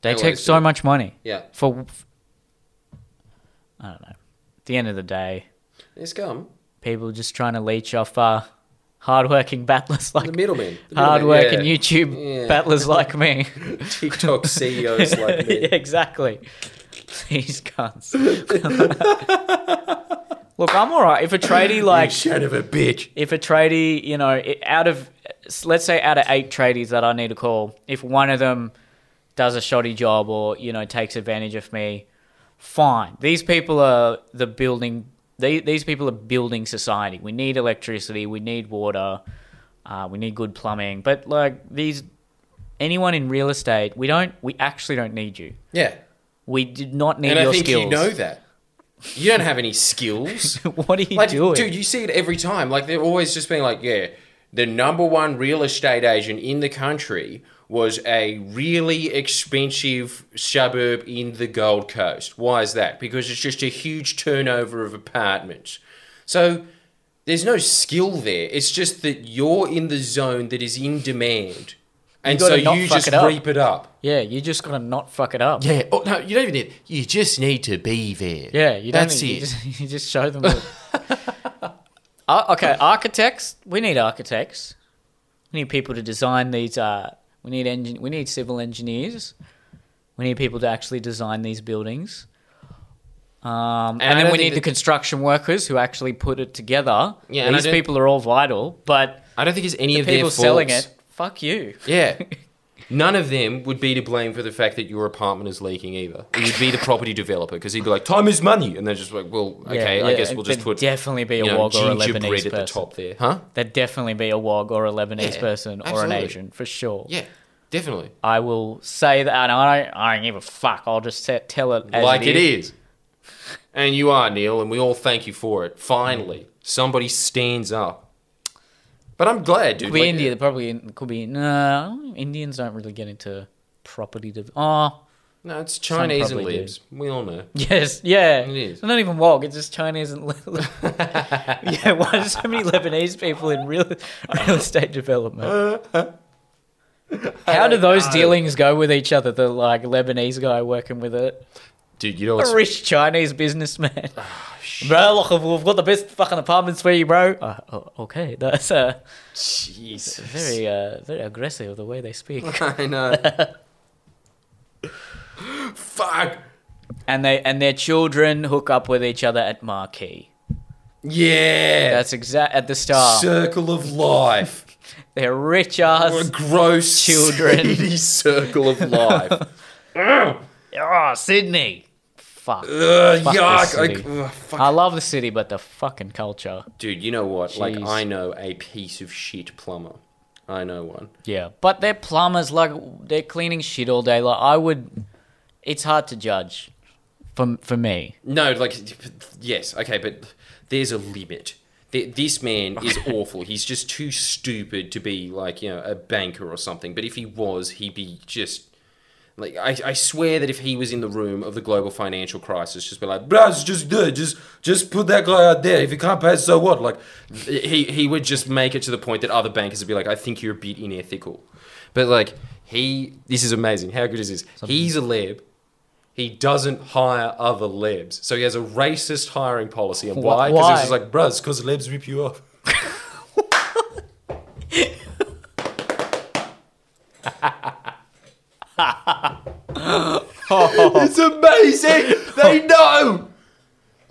Speaker 1: they
Speaker 2: They
Speaker 1: take
Speaker 2: always
Speaker 1: so
Speaker 2: do.
Speaker 1: much money.
Speaker 2: Yeah,
Speaker 1: for f- I don't know. At the end of the day,
Speaker 2: there's gum.
Speaker 1: people just trying to leech off uh, hardworking battlers
Speaker 2: The
Speaker 1: like
Speaker 2: middleman. The
Speaker 1: hardworking
Speaker 2: middleman,
Speaker 1: YouTube
Speaker 2: Yeah.
Speaker 1: battlers like me.
Speaker 2: yeah. TikTok CEOs like me.
Speaker 1: Yeah, exactly. These cunts. Look, I'm all right. If a tradie like
Speaker 2: son of a bitch.
Speaker 1: if a tradie, you know, i- out of let's say out of eight tradies that I need to call, if one of them does a shoddy job or you know takes advantage of me, fine. These people are the building. They, these people are building society. We need electricity. We need water. Uh, we need good plumbing. But like these, anyone in real estate, we don't. We actually don't need you.
Speaker 2: Yeah,
Speaker 1: We did not need
Speaker 2: and
Speaker 1: your
Speaker 2: I think
Speaker 1: skills.
Speaker 2: you know that. You don't have any skills.
Speaker 1: what are you
Speaker 2: like,
Speaker 1: doing?
Speaker 2: dude, you see it every time. Like they're always just being like, yeah, the number one real estate agent in the country was a really expensive suburb in the Gold Coast. Why is that? Because it's just a huge turnover of apartments. So there's no skill there. It's just that you're in the zone that is in demand. And
Speaker 1: gotta
Speaker 2: so
Speaker 1: not
Speaker 2: you
Speaker 1: fuck
Speaker 2: just
Speaker 1: it up.
Speaker 2: reap it up.
Speaker 1: yeah, you just gotta not fuck it up.
Speaker 2: Yeah. Oh, no, you don't even need. You just need to be there.
Speaker 1: Yeah, you don't.
Speaker 2: That's
Speaker 1: need- you,
Speaker 2: it.
Speaker 1: Just, you just show them. all. Ar- Uh, okay, architects. We need architects. We need people to design these. Uh, we need engin- We need civil engineers. We need people to actually design these buildings. Um, and,
Speaker 2: I
Speaker 1: then
Speaker 2: don't
Speaker 1: we
Speaker 2: think
Speaker 1: need the
Speaker 2: that-
Speaker 1: construction workers who actually put it together.
Speaker 2: Yeah, and I
Speaker 1: these
Speaker 2: don't-
Speaker 1: people are all vital, but
Speaker 2: I don't think it's any
Speaker 1: the
Speaker 2: of their
Speaker 1: people
Speaker 2: faults.
Speaker 1: selling it, fuck you.
Speaker 2: Yeah. None of them would be to blame for the fact that your apartment is leaking either. It would be the property developer because he'd be like, "Time is money," and they're just like, "Well, okay,
Speaker 1: Yeah,
Speaker 2: I
Speaker 1: yeah,
Speaker 2: guess we'll just
Speaker 1: there'd
Speaker 2: put you
Speaker 1: definitely be a
Speaker 2: know,
Speaker 1: Wog or a
Speaker 2: gingerbread
Speaker 1: Lebanese person.
Speaker 2: at the top there, huh?"
Speaker 1: There'd definitely be a Wog or a Lebanese
Speaker 2: Yeah,
Speaker 1: person or
Speaker 2: absolutely.
Speaker 1: an Asian for sure.
Speaker 2: Yeah, definitely.
Speaker 1: I will say that and I don't, I don't give a fuck. I'll just se- tell it as
Speaker 2: like
Speaker 1: it is.
Speaker 2: it is. And you are Neil, and we all thank you for it. Finally, somebody stands up. But I'm glad, dude.
Speaker 1: Could be
Speaker 2: like-
Speaker 1: India. Probably in- could be no. Indians don't really get into property. Div- oh
Speaker 2: No, it's Chinese and
Speaker 1: probably do.
Speaker 2: libs. We all know.
Speaker 1: yes, yeah.
Speaker 2: It is.
Speaker 1: They're not even wog. It's just Chinese and Le- Le- yeah. Why are so many Lebanese people in real real estate development? How do those dealings go with each other? The like Lebanese guy working with a,
Speaker 2: Dude, you know what's
Speaker 1: a rich Chinese businessman. bro, look, we've got the best fucking apartments for you, bro. Uh, oh, okay, that's uh,
Speaker 2: Jeez.
Speaker 1: very uh, very aggressive the way they speak.
Speaker 2: I know. Fuck.
Speaker 1: and they and their children hook up with each other at marquee.
Speaker 2: Yeah.
Speaker 1: That's uh, exact at the start.
Speaker 2: circle of life.
Speaker 1: They're rich
Speaker 2: Or a
Speaker 1: ass.
Speaker 2: gross
Speaker 1: Children.
Speaker 2: seedy circle of life.
Speaker 1: Oh, Sydney. Fuck.
Speaker 2: Ugh,
Speaker 1: Fuck
Speaker 2: yuck.
Speaker 1: this
Speaker 2: I,
Speaker 1: city.
Speaker 2: ugh, fuck.
Speaker 1: I love the city, but the fucking culture.
Speaker 2: Dude, you know what? Like,
Speaker 1: Jeez.
Speaker 2: I know a piece of shit plumber. I know one.
Speaker 1: Yeah, but they're plumbers. Like they're cleaning shit all day. Like I would, it's hard to judge, for for me.
Speaker 2: No, like, yes, okay, but there's a limit. Th- This man is awful. He's just too stupid to be, like, you know, a banker or something. But if he was, he'd be just. Like, I, I swear that if he was in the room of the global financial crisis, just be like, bruh, just do it. Just, just put that guy out there. If he can't pay, so what? Like, he, he would just make it to the point that other bankers would be like, I think you're a bit unethical. But, like, he. This is amazing. How good is this? He's a lab. He doesn't hire other labs. So he has a racist hiring policy. And
Speaker 1: Wh-
Speaker 2: why? Because
Speaker 1: why?
Speaker 2: he's just like, bruh, because labs rip you off. It's amazing. They know.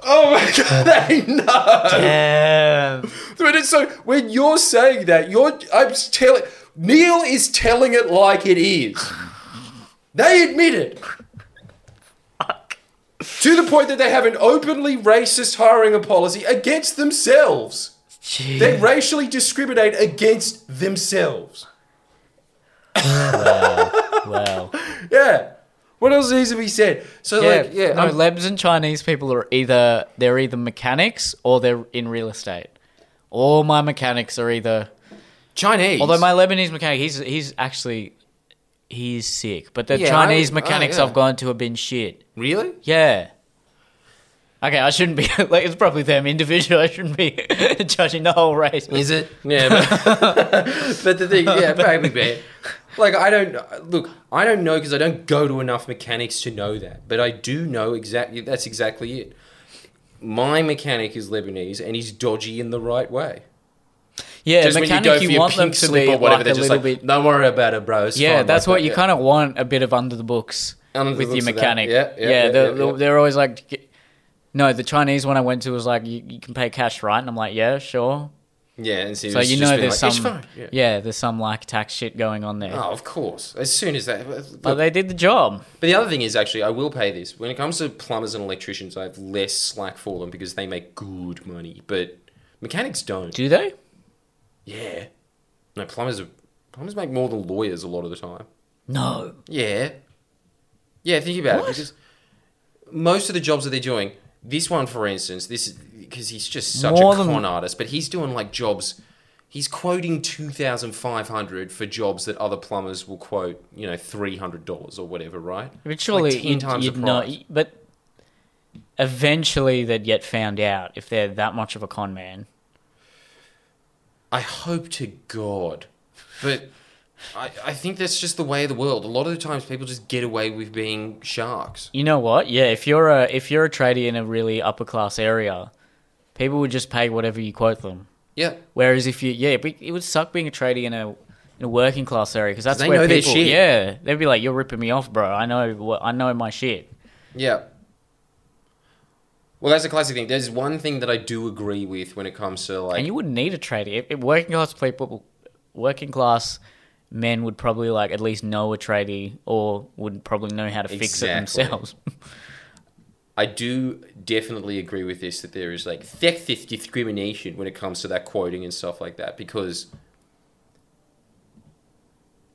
Speaker 2: Oh my god, they know.
Speaker 1: Damn.
Speaker 2: But it's so when you're saying that, you're I'm telling Neil is telling it like it is. They admit it. To the point that they have an openly racist hiring policy against themselves. They racially discriminate against themselves.
Speaker 1: Wow.
Speaker 2: Yeah. What else needs to be said? So
Speaker 1: Yeah,
Speaker 2: like yeah,
Speaker 1: no,
Speaker 2: I'm-
Speaker 1: Lebs and Chinese people are either they're either mechanics or they're in real estate. All my mechanics are either.
Speaker 2: Chinese.
Speaker 1: Although my Lebanese mechanic, he's he's actually he's sick, but the
Speaker 2: Yeah,
Speaker 1: Chinese
Speaker 2: I- oh,
Speaker 1: mechanics
Speaker 2: yeah.
Speaker 1: I've gone to have been shit.
Speaker 2: really?
Speaker 1: Yeah. Okay, I shouldn't be like it's probably them individual. I shouldn't be judging the whole race.
Speaker 2: Is it? Yeah, but, but the thing, yeah, probably bad. Like I don't look, I don't know because I don't go to enough mechanics to know that, but I do know exactly. That's exactly it. My mechanic is Lebanese, and he's dodgy in the right way.
Speaker 1: Yeah,
Speaker 2: Just when you
Speaker 1: mechanic,
Speaker 2: go for
Speaker 1: you,
Speaker 2: your
Speaker 1: want them
Speaker 2: pink
Speaker 1: to
Speaker 2: slip
Speaker 1: be
Speaker 2: or whatever,
Speaker 1: like a
Speaker 2: they're
Speaker 1: little
Speaker 2: just like,
Speaker 1: bit.
Speaker 2: "Don't worry about it, bro." It's
Speaker 1: Yeah,
Speaker 2: fine,"
Speaker 1: that's
Speaker 2: like
Speaker 1: what
Speaker 2: that,
Speaker 1: you
Speaker 2: yeah.
Speaker 1: kind of want a bit of under the books
Speaker 2: Under the
Speaker 1: with
Speaker 2: books
Speaker 1: your
Speaker 2: of that.
Speaker 1: mechanic.
Speaker 2: Yeah, yeah, yeah,
Speaker 1: they're,
Speaker 2: yeah, yeah.
Speaker 1: they're always like, "G- no, the Chinese one I went to was like, you, you can pay cash, right? And I'm like, yeah, sure.
Speaker 2: Yeah, and so,
Speaker 1: So you know there's
Speaker 2: like,
Speaker 1: some,
Speaker 2: It's fine. Yeah.
Speaker 1: yeah. there's some like tax shit going on there.
Speaker 2: Oh, of course. As soon as that,
Speaker 1: But they did the job.
Speaker 2: But the other thing is, actually, I will pay this. When it comes to plumbers and electricians, I have less slack for them because they make good money, but mechanics don't.
Speaker 1: Do they?
Speaker 2: Yeah. No, plumbers are, plumbers make more than lawyers a lot of the time.
Speaker 1: No.
Speaker 2: Yeah. Yeah, think about
Speaker 1: What?
Speaker 2: it. Because most of the jobs that they're doing, this one, for instance, this because he's just such
Speaker 1: More
Speaker 2: a
Speaker 1: than-
Speaker 2: con artist, but he's doing like jobs. He's quoting two thousand five hundred for jobs that other plumbers will quote, you know, three hundred dollars or whatever, right?
Speaker 1: But surely
Speaker 2: 10
Speaker 1: you'd,
Speaker 2: times the
Speaker 1: you'd know.
Speaker 2: price.
Speaker 1: But eventually they'd get found out if they're that much of a con man.
Speaker 2: I hope to God. But I, I think that's just the way of the world. A lot of the times people just get away with being sharks.
Speaker 1: You know what? Yeah, if you're a if you're a tradie in a really upper class area, people would just pay whatever you quote them.
Speaker 2: Yeah.
Speaker 1: Whereas if you yeah, but it would suck being a tradie in a in a working class area because that's
Speaker 2: they
Speaker 1: where
Speaker 2: know their
Speaker 1: people
Speaker 2: shit.
Speaker 1: yeah they'd be like you're ripping me off, bro. I know what I know my shit.
Speaker 2: Yeah. Well, that's a classic thing. There's one thing that I do agree with when it comes to like
Speaker 1: And you wouldn't need a tradie. If, if working class people, working class men would probably like at least know a tradie or would probably know how to fix it
Speaker 2: Exactly.
Speaker 1: themselves.
Speaker 2: I do definitely agree with this that there is like sexist discrimination when it comes to that quoting and stuff like that because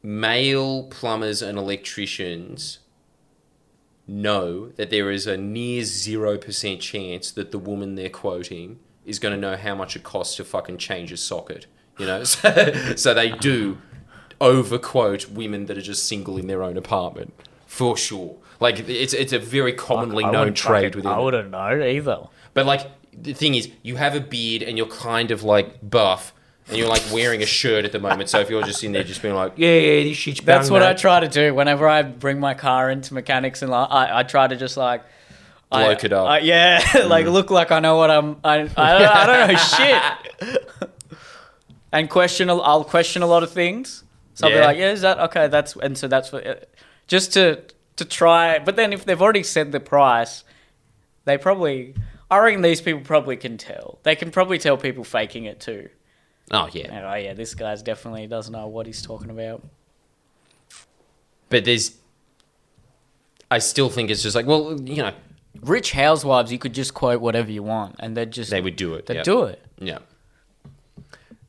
Speaker 2: male plumbers and electricians know that there is a near 0% chance that the woman they're quoting is going to know how much it costs to fucking change a socket, you know? So, so they do overquote women that are just single in their own apartment for sure. Like it's it's a very commonly
Speaker 1: I
Speaker 2: known
Speaker 1: wouldn't
Speaker 2: trade
Speaker 1: fucking-
Speaker 2: within
Speaker 1: I wouldn't know either.
Speaker 2: but like the thing is, you have a beard and you're kind of like buff, and you're like wearing a shirt at the moment. So if you're just in there, just being like, yeah, yeah, this shit's
Speaker 1: That's
Speaker 2: bang,
Speaker 1: what I
Speaker 2: mate."
Speaker 1: try to do whenever I bring my car into mechanics and like, I, I try to just like
Speaker 2: Bloke
Speaker 1: I,
Speaker 2: it up. Mm.
Speaker 1: I- yeah, like look like I know what I'm. I I don't, I don't know shit. and question, a- I'll question a lot of things. So I'll
Speaker 2: Yeah.
Speaker 1: be like, yeah, is that okay? That's and so that's what, uh, just to to try. But then if they've already said the price, they probably. I reckon these people probably can tell. They can probably tell people faking it too.
Speaker 2: Oh yeah,
Speaker 1: And, oh yeah, this guy's definitely doesn't know what he's talking about.
Speaker 2: but there's. I still think it's just like, well, you know,
Speaker 1: rich housewives you could just quote whatever you want and they'd just
Speaker 2: they
Speaker 1: they
Speaker 2: would do it.
Speaker 1: would
Speaker 2: yeah.
Speaker 1: do it
Speaker 2: Yeah.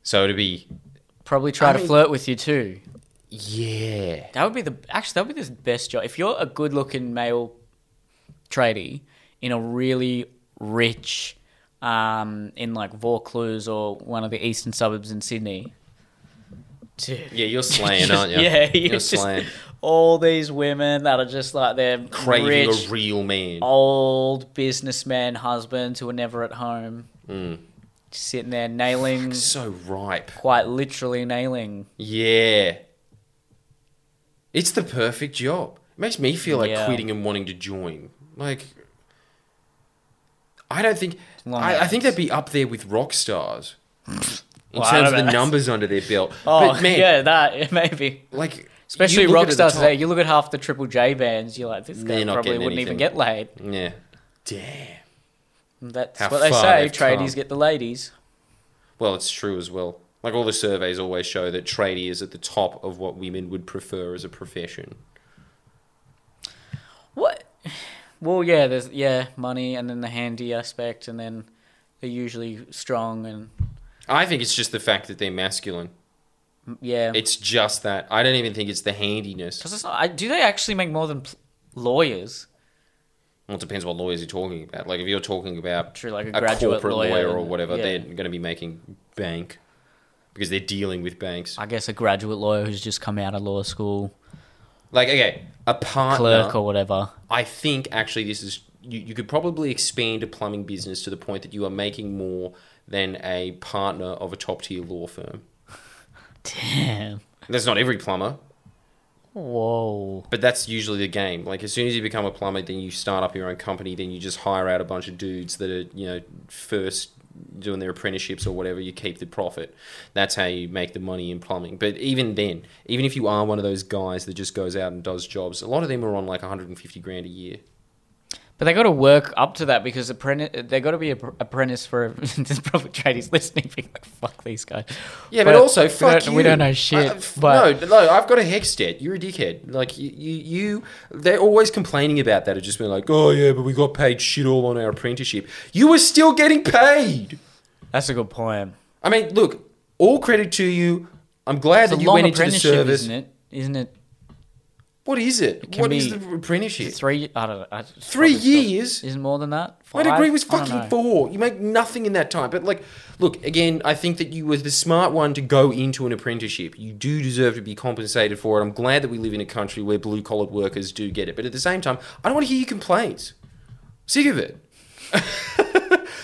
Speaker 2: So it'd be
Speaker 1: Probably try
Speaker 2: I
Speaker 1: to
Speaker 2: mean-
Speaker 1: flirt with you too.
Speaker 2: Yeah.
Speaker 1: That would be the actually that would be the best job. If you're a good-looking male tradie in a really rich, um, in like Vaucluse or one of the eastern suburbs in Sydney, dude,
Speaker 2: Yeah, you're slaying,
Speaker 1: just-
Speaker 2: aren't you?
Speaker 1: Yeah,
Speaker 2: you're
Speaker 1: it's just
Speaker 2: slaying.
Speaker 1: all these women that are just like they're
Speaker 2: Craving
Speaker 1: rich,
Speaker 2: a real man.
Speaker 1: old businessman husbands who are never at home,
Speaker 2: Mm.
Speaker 1: just sitting there nailing,
Speaker 2: So ripe.
Speaker 1: quite literally nailing.
Speaker 2: Yeah. It's the perfect job. It makes me feel like
Speaker 1: Yeah.
Speaker 2: quitting and wanting to join. Like, I don't think.
Speaker 1: long
Speaker 2: I, I think
Speaker 1: hours.
Speaker 2: they'd be up there with rock stars in
Speaker 1: Well, I
Speaker 2: terms of
Speaker 1: don't
Speaker 2: the
Speaker 1: know.
Speaker 2: numbers under their belt.
Speaker 1: Oh
Speaker 2: but man,
Speaker 1: yeah, that maybe.
Speaker 2: like
Speaker 1: Especially
Speaker 2: you look
Speaker 1: rock
Speaker 2: at it at
Speaker 1: stars
Speaker 2: the
Speaker 1: today. You look at half the Triple J bands, you're like, this guy
Speaker 2: They're not
Speaker 1: probably
Speaker 2: getting
Speaker 1: wouldn't even
Speaker 2: anything.
Speaker 1: get laid.
Speaker 2: top. Yeah. Damn.
Speaker 1: That's
Speaker 2: How
Speaker 1: what they
Speaker 2: far
Speaker 1: say.
Speaker 2: they've
Speaker 1: Tradies
Speaker 2: come.
Speaker 1: get the ladies.
Speaker 2: Well, it's true as well. Like all the surveys always show that tradie is at the top of what women would prefer as a profession.
Speaker 1: What? Well, yeah, there's yeah money, and then the handy aspect, and then they're usually strong and
Speaker 2: I think it's just the fact that they're masculine.
Speaker 1: yeah.
Speaker 2: It's just that. I don't even think it's the handiness.
Speaker 1: Because it's not. I, do they actually make more than pl- lawyers?
Speaker 2: Well, it depends what lawyers you're talking about. Like if you're talking about
Speaker 1: True, like a,
Speaker 2: a
Speaker 1: graduate
Speaker 2: corporate
Speaker 1: lawyer
Speaker 2: lawyer or
Speaker 1: and-
Speaker 2: whatever,
Speaker 1: yeah.
Speaker 2: they're going to be making bank because they're dealing with banks.
Speaker 1: I guess a graduate lawyer who's just come out of law school,
Speaker 2: Like okay, a partner.
Speaker 1: clerk or whatever.
Speaker 2: I think actually this is you, you could probably expand a plumbing business to the point that you are making more than a partner of a top tier law firm.
Speaker 1: Damn.
Speaker 2: That's not every plumber,
Speaker 1: Whoa.
Speaker 2: but that's usually the game. Like as soon as you become a plumber, then you start up your own company, then you just hire out a bunch of dudes that are, you know, first doing their apprenticeships or whatever, you keep the profit. That's how you make the money in plumbing. But even then, even if you are one of those guys that just goes out and does jobs, a lot of them are on like 150 grand a year.
Speaker 1: But they got to work up to that because apprentice, they got to be a pr- apprentice for. There's probably tradies listening, being like, "Fuck these guys."
Speaker 2: Yeah, but, also fuck
Speaker 1: we don't,
Speaker 2: you.
Speaker 1: We don't know shit.
Speaker 2: I- uh, f-
Speaker 1: but
Speaker 2: no, no, I've got a hex debt. You're a dickhead. Like you, you, you, they're always complaining about that. It's just been like, oh yeah, but we got paid shit all on our apprenticeship. You were still getting paid.
Speaker 1: that's a good point.
Speaker 2: I mean, look, all credit to you. I'm glad
Speaker 1: It's a
Speaker 2: that you
Speaker 1: long
Speaker 2: went into the
Speaker 1: apprenticeship,
Speaker 2: service.
Speaker 1: isn't it? Isn't it?
Speaker 2: What is it?
Speaker 1: can
Speaker 2: What is
Speaker 1: be-
Speaker 2: the apprenticeship?
Speaker 1: Three. I don't know. I-
Speaker 2: Three
Speaker 1: probably still-
Speaker 2: years.
Speaker 1: Isn't more than that?
Speaker 2: My degree was
Speaker 1: Five? I don't
Speaker 2: fucking
Speaker 1: know.
Speaker 2: four. You make nothing in that time. But like, look again. I think that you were the smart one to go into an apprenticeship. You do deserve to be compensated for it. I'm glad that we live in a country where blue collar workers do get it. But at the same time, I don't want to hear your complaints. Sick of it.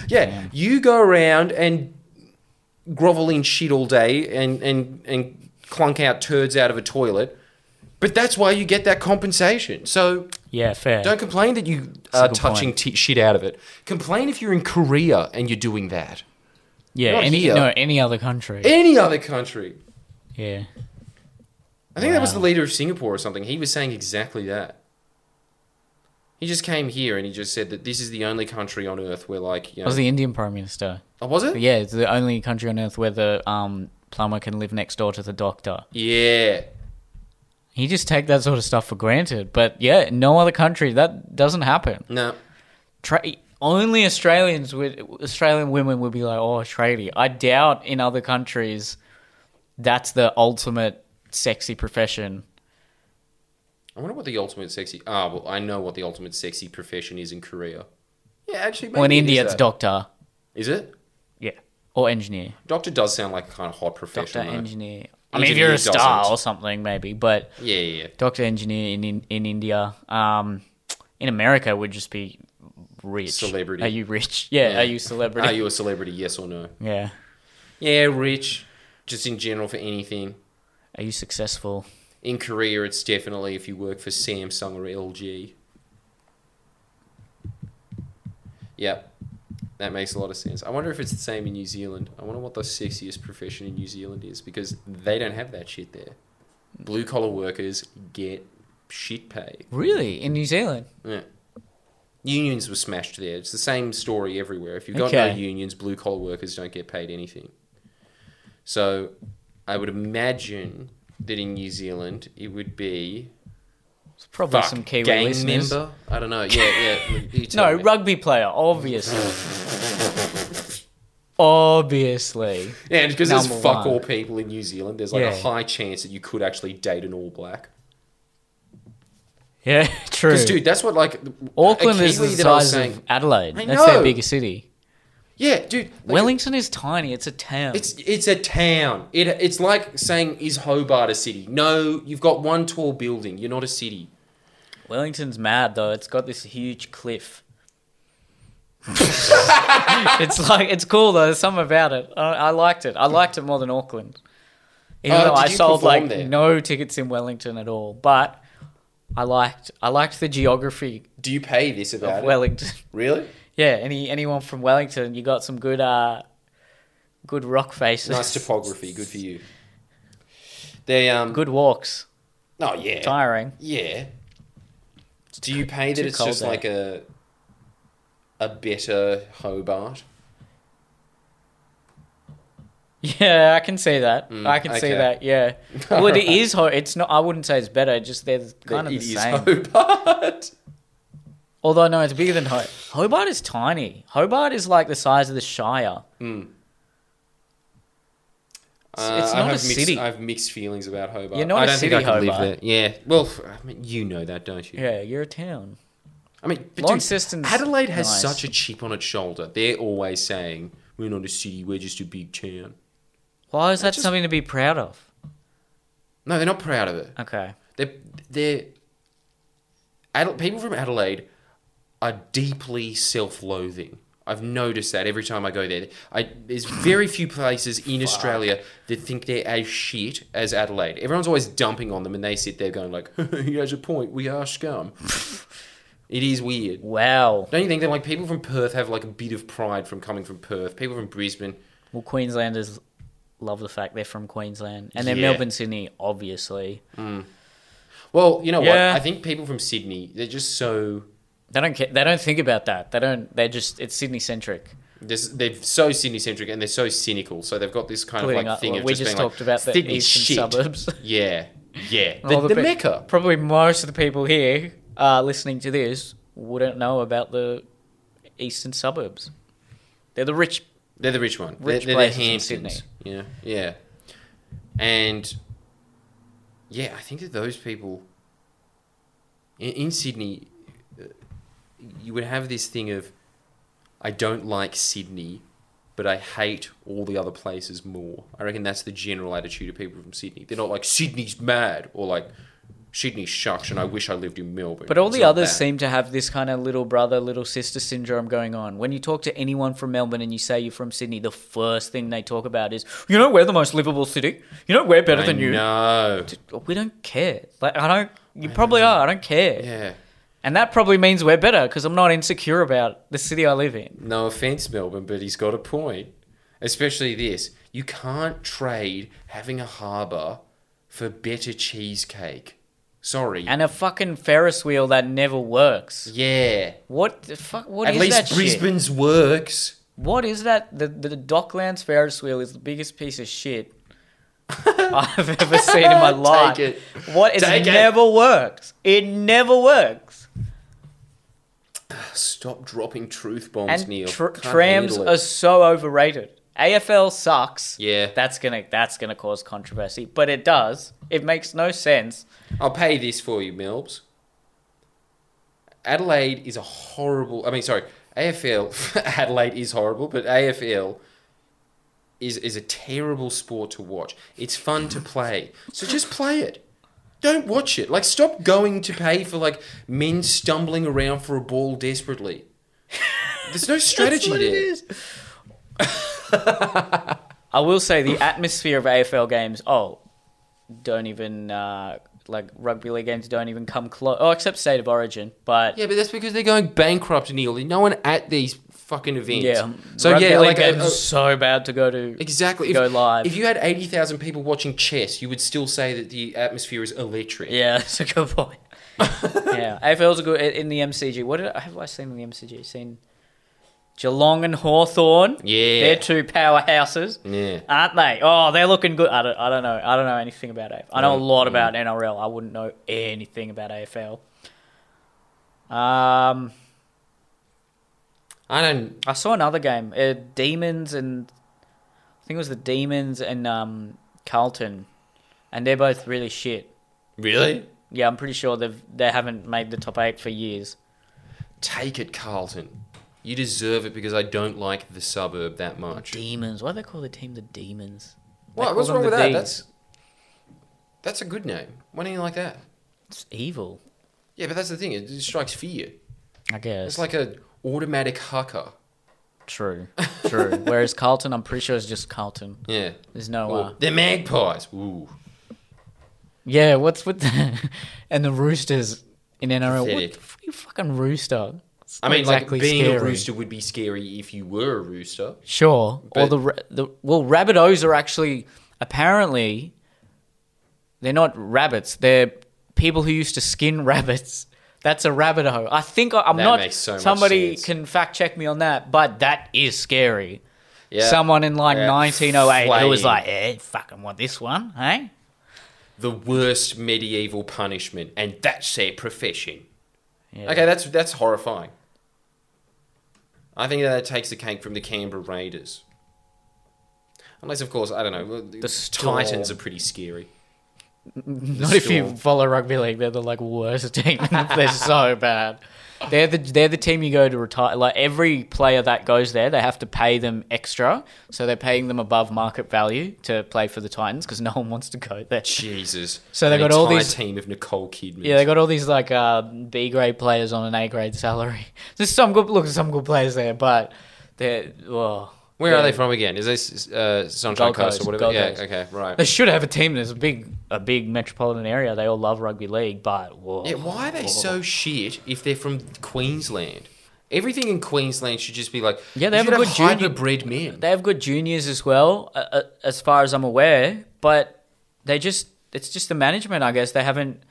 Speaker 2: yeah, you go around and grovel in shit all day and and and clunk out turds out of a toilet. But that's why you get that compensation. So
Speaker 1: Yeah, fair.
Speaker 2: don't complain that you are
Speaker 1: good
Speaker 2: touching t- shit out of it. Complain if you're in Korea and you're doing that.
Speaker 1: yeah,
Speaker 2: not
Speaker 1: any
Speaker 2: here.
Speaker 1: no any other country.
Speaker 2: Any other country.
Speaker 1: yeah.
Speaker 2: I think that was the leader of Singapore or something. He was saying exactly that. He just came here and he just said that this is the only country on earth where, like, you
Speaker 1: I Oh,
Speaker 2: know,
Speaker 1: was the Indian prime minister.
Speaker 2: oh, was it?
Speaker 1: But yeah, it's the only country on earth where the um, plumber can live next door to the doctor.
Speaker 2: Yeah.
Speaker 1: You just take that sort of stuff for granted. But yeah, no other country that doesn't happen.
Speaker 2: No.
Speaker 1: Tra- only Australians would Australian women would be like, "Oh, tradie." I doubt in other countries that's the ultimate sexy profession.
Speaker 2: I wonder what the ultimate sexy. Ah, well, I know what the ultimate sexy profession is in Korea. Yeah, actually.
Speaker 1: Well, in
Speaker 2: maybe it
Speaker 1: India,
Speaker 2: is
Speaker 1: it's
Speaker 2: that.
Speaker 1: doctor,
Speaker 2: Is it?
Speaker 1: yeah, or engineer,
Speaker 2: Doctor does sound like a kind of hot profession.
Speaker 1: doctor,
Speaker 2: though.
Speaker 1: engineer. I mean, if
Speaker 2: Engineer
Speaker 1: you're a star
Speaker 2: doesn't.
Speaker 1: or something, maybe, but
Speaker 2: Yeah, yeah, yeah.
Speaker 1: doctor, engineer in in, in India, um, in America would just be rich.
Speaker 2: Celebrity.
Speaker 1: Are you rich? Yeah.
Speaker 2: Yeah.
Speaker 1: Are you celebrity?
Speaker 2: Are you a celebrity? Yes or no?
Speaker 1: yeah.
Speaker 2: Yeah, rich. Just in general for anything.
Speaker 1: Are you successful?
Speaker 2: In Korea, it's definitely if you work for Samsung or LG. Yep, that makes a lot of sense. I wonder if it's the same in New Zealand. I wonder what the sexiest profession in New Zealand is because they don't have that shit there. Blue collar workers get shit paid.
Speaker 1: Really, in New Zealand?
Speaker 2: Yeah. Unions were smashed there. It's the same story everywhere. If you've got no
Speaker 1: Okay.
Speaker 2: unions, blue collar workers don't get paid anything. So I would imagine that in New Zealand it would be
Speaker 1: It's probably
Speaker 2: fuck,
Speaker 1: some Kiwi
Speaker 2: gang
Speaker 1: listeners.
Speaker 2: member. I don't know. Yeah, yeah. you
Speaker 1: No,
Speaker 2: tell me.
Speaker 1: rugby player, obviously. Obviously.
Speaker 2: Yeah, because there's
Speaker 1: Number
Speaker 2: fuck
Speaker 1: one.
Speaker 2: all people in New Zealand, there's like a
Speaker 1: Yeah.
Speaker 2: high chance that you could actually date an all black.
Speaker 1: Yeah, true.
Speaker 2: Because, dude, that's what like the-
Speaker 1: Auckland
Speaker 2: a
Speaker 1: is the
Speaker 2: Kiwi that I was
Speaker 1: size
Speaker 2: saying-
Speaker 1: of Adelaide.
Speaker 2: I
Speaker 1: That's their
Speaker 2: know.
Speaker 1: biggest city.
Speaker 2: Yeah, dude. like,
Speaker 1: Wellington is tiny. It's a town.
Speaker 2: It's it's a town. It it's like saying is Hobart a city? No, you've got one tall building. You're not a city.
Speaker 1: Wellington's mad though. It's got this huge cliff. it's like it's cool though. There's something about it. I, I liked it. I liked it more than Auckland. Even
Speaker 2: Oh,
Speaker 1: though
Speaker 2: did
Speaker 1: I
Speaker 2: you
Speaker 1: sold
Speaker 2: perform
Speaker 1: like
Speaker 2: there?
Speaker 1: no tickets in Wellington at all, but I liked I liked the geography
Speaker 2: Do you pay this about
Speaker 1: of
Speaker 2: it?
Speaker 1: Wellington.
Speaker 2: Really?
Speaker 1: yeah, any anyone from Wellington, you got some good uh good rock faces.
Speaker 2: Nice topography. Good for you. They um.
Speaker 1: Good walks.
Speaker 2: Oh yeah.
Speaker 1: Tiring.
Speaker 2: Yeah. Do you pay that
Speaker 1: too
Speaker 2: it's
Speaker 1: cold
Speaker 2: just
Speaker 1: there.
Speaker 2: like a a better Hobart?
Speaker 1: Yeah, I can see that.
Speaker 2: Mm,
Speaker 1: I can see
Speaker 2: okay.
Speaker 1: that. Yeah. Well, it is. Ho- it's not. I wouldn't say it's better. It's just they're kind of
Speaker 2: It
Speaker 1: the
Speaker 2: is
Speaker 1: same.
Speaker 2: Hobart.
Speaker 1: Although no, it's bigger than Hobart. Hobart is tiny. Hobart is like the size of the Shire.
Speaker 2: Mm.
Speaker 1: it's
Speaker 2: Uh, I
Speaker 1: not
Speaker 2: have
Speaker 1: a
Speaker 2: mixed,
Speaker 1: city.
Speaker 2: I have mixed feelings about Hobart.
Speaker 1: You're not
Speaker 2: I
Speaker 1: a
Speaker 2: don't think I
Speaker 1: city,
Speaker 2: could
Speaker 1: Hobart.
Speaker 2: live there. Yeah. Well, f- I mean, you know that, don't you?
Speaker 1: Yeah, you're a town.
Speaker 2: I mean, but dude,
Speaker 1: Launceston's
Speaker 2: Adelaide has
Speaker 1: nice.
Speaker 2: such a chip on its shoulder. They're always saying, "We're not a city. We're just a big town."
Speaker 1: Why is that
Speaker 2: just-
Speaker 1: something to be proud of?
Speaker 2: No, they're not proud of it.
Speaker 1: Okay.
Speaker 2: They're they're Adel- people from Adelaide are deeply self-loathing. I've noticed that every time I go there. I, there's very few places in Australia that think they're as shit as Adelaide. Everyone's always dumping on them, and they sit there going like, "He has a point. We are scum." it is weird.
Speaker 1: Wow.
Speaker 2: Don't you think that like people from Perth have like a bit of pride from coming from Perth? People from Brisbane,
Speaker 1: Well, Queenslanders love the fact they're from Queensland, and then
Speaker 2: Yeah.
Speaker 1: Melbourne, Sydney, obviously.
Speaker 2: well, you know
Speaker 1: Yeah.
Speaker 2: what? I think people from Sydney they're just so
Speaker 1: They don't. Care, they don't think about that. They don't. They're just. It's Sydney centric.
Speaker 2: they're, they're so Sydney centric and they're so cynical. So they've got this kind of
Speaker 1: Including
Speaker 2: like
Speaker 1: us-
Speaker 2: thing of
Speaker 1: we
Speaker 2: just,
Speaker 1: just
Speaker 2: being
Speaker 1: talked
Speaker 2: like,
Speaker 1: about the
Speaker 2: Sydney's
Speaker 1: eastern
Speaker 2: shit.
Speaker 1: suburbs.
Speaker 2: Yeah, yeah,
Speaker 1: All
Speaker 2: the, the
Speaker 1: pe-
Speaker 2: mecca.
Speaker 1: Probably most of the people here uh, listening to this wouldn't know about the eastern suburbs. They're the rich.
Speaker 2: They're the rich one.
Speaker 1: Rich
Speaker 2: they're, they're the
Speaker 1: places in
Speaker 2: Hamptons. Yeah, yeah, and yeah, I think that those people in, in Sydney, uh, you would have this thing of, I don't like Sydney, but I hate all the other places more. I reckon that's the general attitude of people from Sydney. They're not like Sydney's mad or like Sydney shucks, and I wish I lived in Melbourne.
Speaker 1: But all
Speaker 2: It's
Speaker 1: the
Speaker 2: not
Speaker 1: others
Speaker 2: that.
Speaker 1: seem to have this kind of little brother, little sister syndrome going on. When you talk to anyone from Melbourne and you say you're from Sydney, the first thing they talk about is, you know, we're the most livable city. You know, we're better
Speaker 2: I
Speaker 1: than you.
Speaker 2: know.
Speaker 1: We don't care. Like, I don't. You probably are. I don't care.
Speaker 2: Yeah.
Speaker 1: And that probably means we're better because I'm not insecure about the city I live in.
Speaker 2: No offense, Melbourne, but he's got a point. Especially this. You can't trade having a harbour for better cheesecake. Sorry.
Speaker 1: And a fucking Ferris wheel that never works.
Speaker 2: yeah.
Speaker 1: What the fuck? What
Speaker 2: At
Speaker 1: is that
Speaker 2: least
Speaker 1: shit?
Speaker 2: Brisbane's works.
Speaker 1: What is that? The, the Docklands Ferris wheel is the biggest piece of shit I've ever seen in my life.
Speaker 2: it.
Speaker 1: What? It's
Speaker 2: Take it.
Speaker 1: never works. It never works.
Speaker 2: Stop dropping truth bombs,
Speaker 1: And
Speaker 2: Neil.
Speaker 1: tr-
Speaker 2: Can't
Speaker 1: trams
Speaker 2: handle
Speaker 1: are
Speaker 2: it.
Speaker 1: so overrated. AFL sucks.
Speaker 2: Yeah.
Speaker 1: That's gonna that's gonna cause controversy, but it does. It makes no sense.
Speaker 2: I'll pay this for you, Melbs. Adelaide is a horrible. I mean, sorry, AFL. Adelaide is horrible, but AFL is is a terrible sport to watch. It's fun to play, so just play it. Don't watch it. Like, stop going to pay for like men stumbling around for a ball desperately. There's no
Speaker 1: That's
Speaker 2: strategy
Speaker 1: what
Speaker 2: there.
Speaker 1: it is. I will say the atmosphere of AFL games. Oh, don't even uh, like rugby league games. Don't even come close. Oh, except State of Origin, but
Speaker 2: Yeah, but that's because they're going bankrupt, Neil. There's no one at these fucking events.
Speaker 1: yeah.
Speaker 2: So
Speaker 1: rugby
Speaker 2: yeah,
Speaker 1: league
Speaker 2: like uh, a-
Speaker 1: games
Speaker 2: a-
Speaker 1: are so bad to go to.
Speaker 2: Exactly. If,
Speaker 1: Go live.
Speaker 2: If you had 80,000 people watching chess, you would still say that the atmosphere is electric.
Speaker 1: Yeah, that's a good point. yeah, AFL's a good in the MCG. What did I, have I seen in the MCG? Seen Geelong and Hawthorn.
Speaker 2: Yeah.
Speaker 1: they're two powerhouses.
Speaker 2: Yeah.
Speaker 1: aren't they? Oh, they're looking good. I don't, I don't know. I don't know anything about AFL. I know a
Speaker 2: Mm,
Speaker 1: lot about NRL. I wouldn't know anything about AFL. Um,
Speaker 2: I don't.
Speaker 1: I saw another game, uh, Demons and I think it was the Demons and um, Carlton, and they're both really shit.
Speaker 2: Really?
Speaker 1: Yeah, I'm pretty sure they've they haven't made the top eight for years.
Speaker 2: Take it, Carlton. You deserve it because I don't like the suburb that much.
Speaker 1: Demons. Why do they call the team the Demons? They
Speaker 2: What?
Speaker 1: call
Speaker 2: What's
Speaker 1: them
Speaker 2: wrong
Speaker 1: the
Speaker 2: with that?
Speaker 1: Ds.
Speaker 2: That's that's a good name. Why don't you like that?
Speaker 1: it's evil.
Speaker 2: Yeah, but that's the thing. It, it strikes fear.
Speaker 1: I guess.
Speaker 2: It's like a automatic hucker.
Speaker 1: true, true. Whereas Carlton, I'm pretty sure it's just Carlton.
Speaker 2: Yeah.
Speaker 1: There's no.
Speaker 2: Or,
Speaker 1: Uh,
Speaker 2: They're magpies. Ooh.
Speaker 1: yeah, what's with the and the Roosters in NRL?
Speaker 2: Pathetic.
Speaker 1: What the f- you fucking rooster? It's
Speaker 2: I
Speaker 1: not
Speaker 2: mean,
Speaker 1: exactly
Speaker 2: like being a
Speaker 1: scary.
Speaker 2: rooster would be scary if you were a rooster.
Speaker 1: Sure. or
Speaker 2: But-
Speaker 1: the ra- the well, rabbitos are actually apparently they're not rabbits. They're people who used to skin rabbits. That's a rabbito. I think I, I'm
Speaker 2: That
Speaker 1: not.
Speaker 2: makes so much
Speaker 1: somebody
Speaker 2: sense.
Speaker 1: can fact check me on that, but that is scary.
Speaker 2: Yeah.
Speaker 1: Someone in like
Speaker 2: Yeah.
Speaker 1: 1908 who was
Speaker 2: Flaying.
Speaker 1: like, "Eh, fucking want this one, hey?"
Speaker 2: The worst medieval punishment, and that's their profession.
Speaker 1: Yeah.
Speaker 2: Okay, that's that's horrifying. I think that takes the cake from the Canberra Raiders. Unless, of course, I don't know. The,
Speaker 1: Storm.
Speaker 2: Titans are pretty scary.
Speaker 1: Not if you
Speaker 2: Storm.
Speaker 1: follow rugby league, they're the like worst team. they're so bad. They're the they're the team you go to retire. Like every player that goes there, they have to pay them extra, so they're paying them above market value to play for the Titans because no one wants to go there.
Speaker 2: Jesus.
Speaker 1: So they
Speaker 2: An
Speaker 1: got all
Speaker 2: entire
Speaker 1: these-
Speaker 2: team of Nicole Kidman.
Speaker 1: Yeah, they got all these like uh, B grade players on an A grade salary. There's some good look, some good players there, but they're oh,
Speaker 2: Where are
Speaker 1: they're-
Speaker 2: they from again? Is this uh, Sunshine
Speaker 1: Gold
Speaker 2: Coast,
Speaker 1: Coast,
Speaker 2: or whatever?
Speaker 1: Gold
Speaker 2: yeah.
Speaker 1: Coast.
Speaker 2: Okay.
Speaker 1: They
Speaker 2: Right.
Speaker 1: should have a team. There's a big a big metropolitan area. They all love rugby league, but whoa.
Speaker 2: Yeah. Why are they so shit if they're from Queensland? Everything in Queensland should just be like
Speaker 1: Yeah, they
Speaker 2: you
Speaker 1: have a
Speaker 2: should
Speaker 1: good junior-
Speaker 2: hybrid men.
Speaker 1: They have good juniors as well, uh, uh, as far as I'm aware. But they just, it's just the management, I guess. They haven't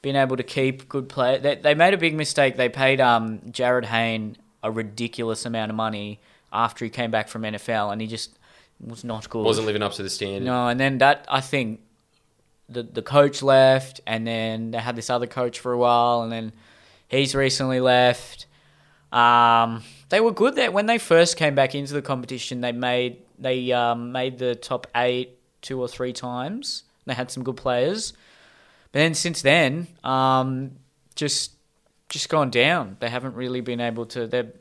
Speaker 1: been able to keep good play. They, they made a big mistake. They paid um, Jared Hayne a ridiculous amount of money after he came back from NFL, and he just was not good.
Speaker 2: Wasn't living up to the standard.
Speaker 1: No, and then that I think the the coach left, and then they had this other coach for a while, and then he's recently left. Um, they were good there when they first came back into the competition. They made they um, made the top eight two or three times. They had some good players, but then since then, um, just just gone down. They haven't really been able to. They're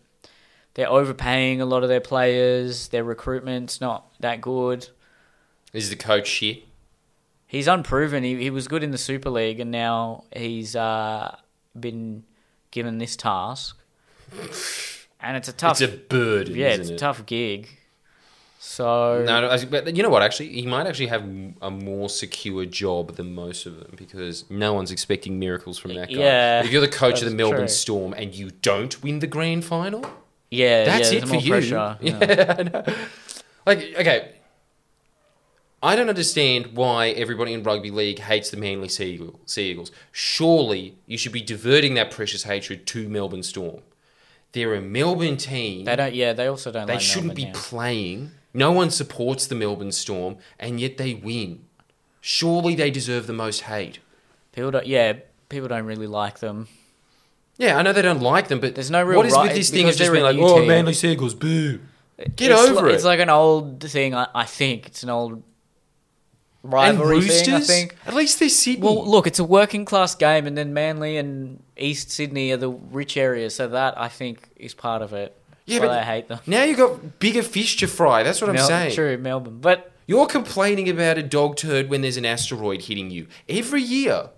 Speaker 1: they're overpaying a lot of their players. Their recruitment's not that good
Speaker 2: Is the coach shit?
Speaker 1: he's unproven. He, he was good in the Super League, and now he's uh, been given this task, and it's a tough.
Speaker 2: It's a burden.
Speaker 1: yeah,
Speaker 2: isn't
Speaker 1: it's a
Speaker 2: it?
Speaker 1: tough gig. So
Speaker 2: No, no, I- but you know what? Actually, he might actually have m- a more secure job than most of them because no one's expecting miracles from that guy.
Speaker 1: Yeah,
Speaker 2: If you're the coach of the
Speaker 1: that's
Speaker 2: Melbourne
Speaker 1: true.
Speaker 2: Storm and you don't win the grand final,
Speaker 1: yeah,
Speaker 2: that's
Speaker 1: yeah,
Speaker 2: it
Speaker 1: there's
Speaker 2: for
Speaker 1: more
Speaker 2: you.
Speaker 1: pressure.
Speaker 2: Yeah,
Speaker 1: Yeah.
Speaker 2: I know. like okay, I don't understand why everybody in rugby league hates the Manly Seagull- Seagulls. Surely you should be diverting that precious hatred to Melbourne Storm. They're a Melbourne team.
Speaker 1: They don't. Yeah, they also don't.
Speaker 2: They
Speaker 1: like
Speaker 2: shouldn't be
Speaker 1: Melbourne now.
Speaker 2: playing. No one supports the Melbourne Storm, and yet they win. Surely they deserve the most hate.
Speaker 1: people don't. Yeah, people don't really like them.
Speaker 2: Yeah, I know they don't like them, but
Speaker 1: There's no real
Speaker 2: What is
Speaker 1: right-
Speaker 2: with this thing of
Speaker 1: because
Speaker 2: just
Speaker 1: they're
Speaker 2: being
Speaker 1: a
Speaker 2: like,
Speaker 1: new
Speaker 2: oh,
Speaker 1: team."
Speaker 2: Manly Seagulls, boo. Get
Speaker 1: It's li-
Speaker 2: over it.
Speaker 1: It's like an old thing. I, I think it's an old rivalry thing. I think.
Speaker 2: At least they're Sydney.
Speaker 1: Well, look, it's a working class game, and then Manly and East Sydney are the rich areas, so that I think is part of it.
Speaker 2: Yeah,
Speaker 1: Yeah, but
Speaker 2: but-
Speaker 1: I hate them.
Speaker 2: now you've got bigger fish to fry. That's what I'm
Speaker 1: Mel-
Speaker 2: saying.
Speaker 1: True, Melbourne, but
Speaker 2: You're complaining about a dog turd when there's an asteroid hitting you every year.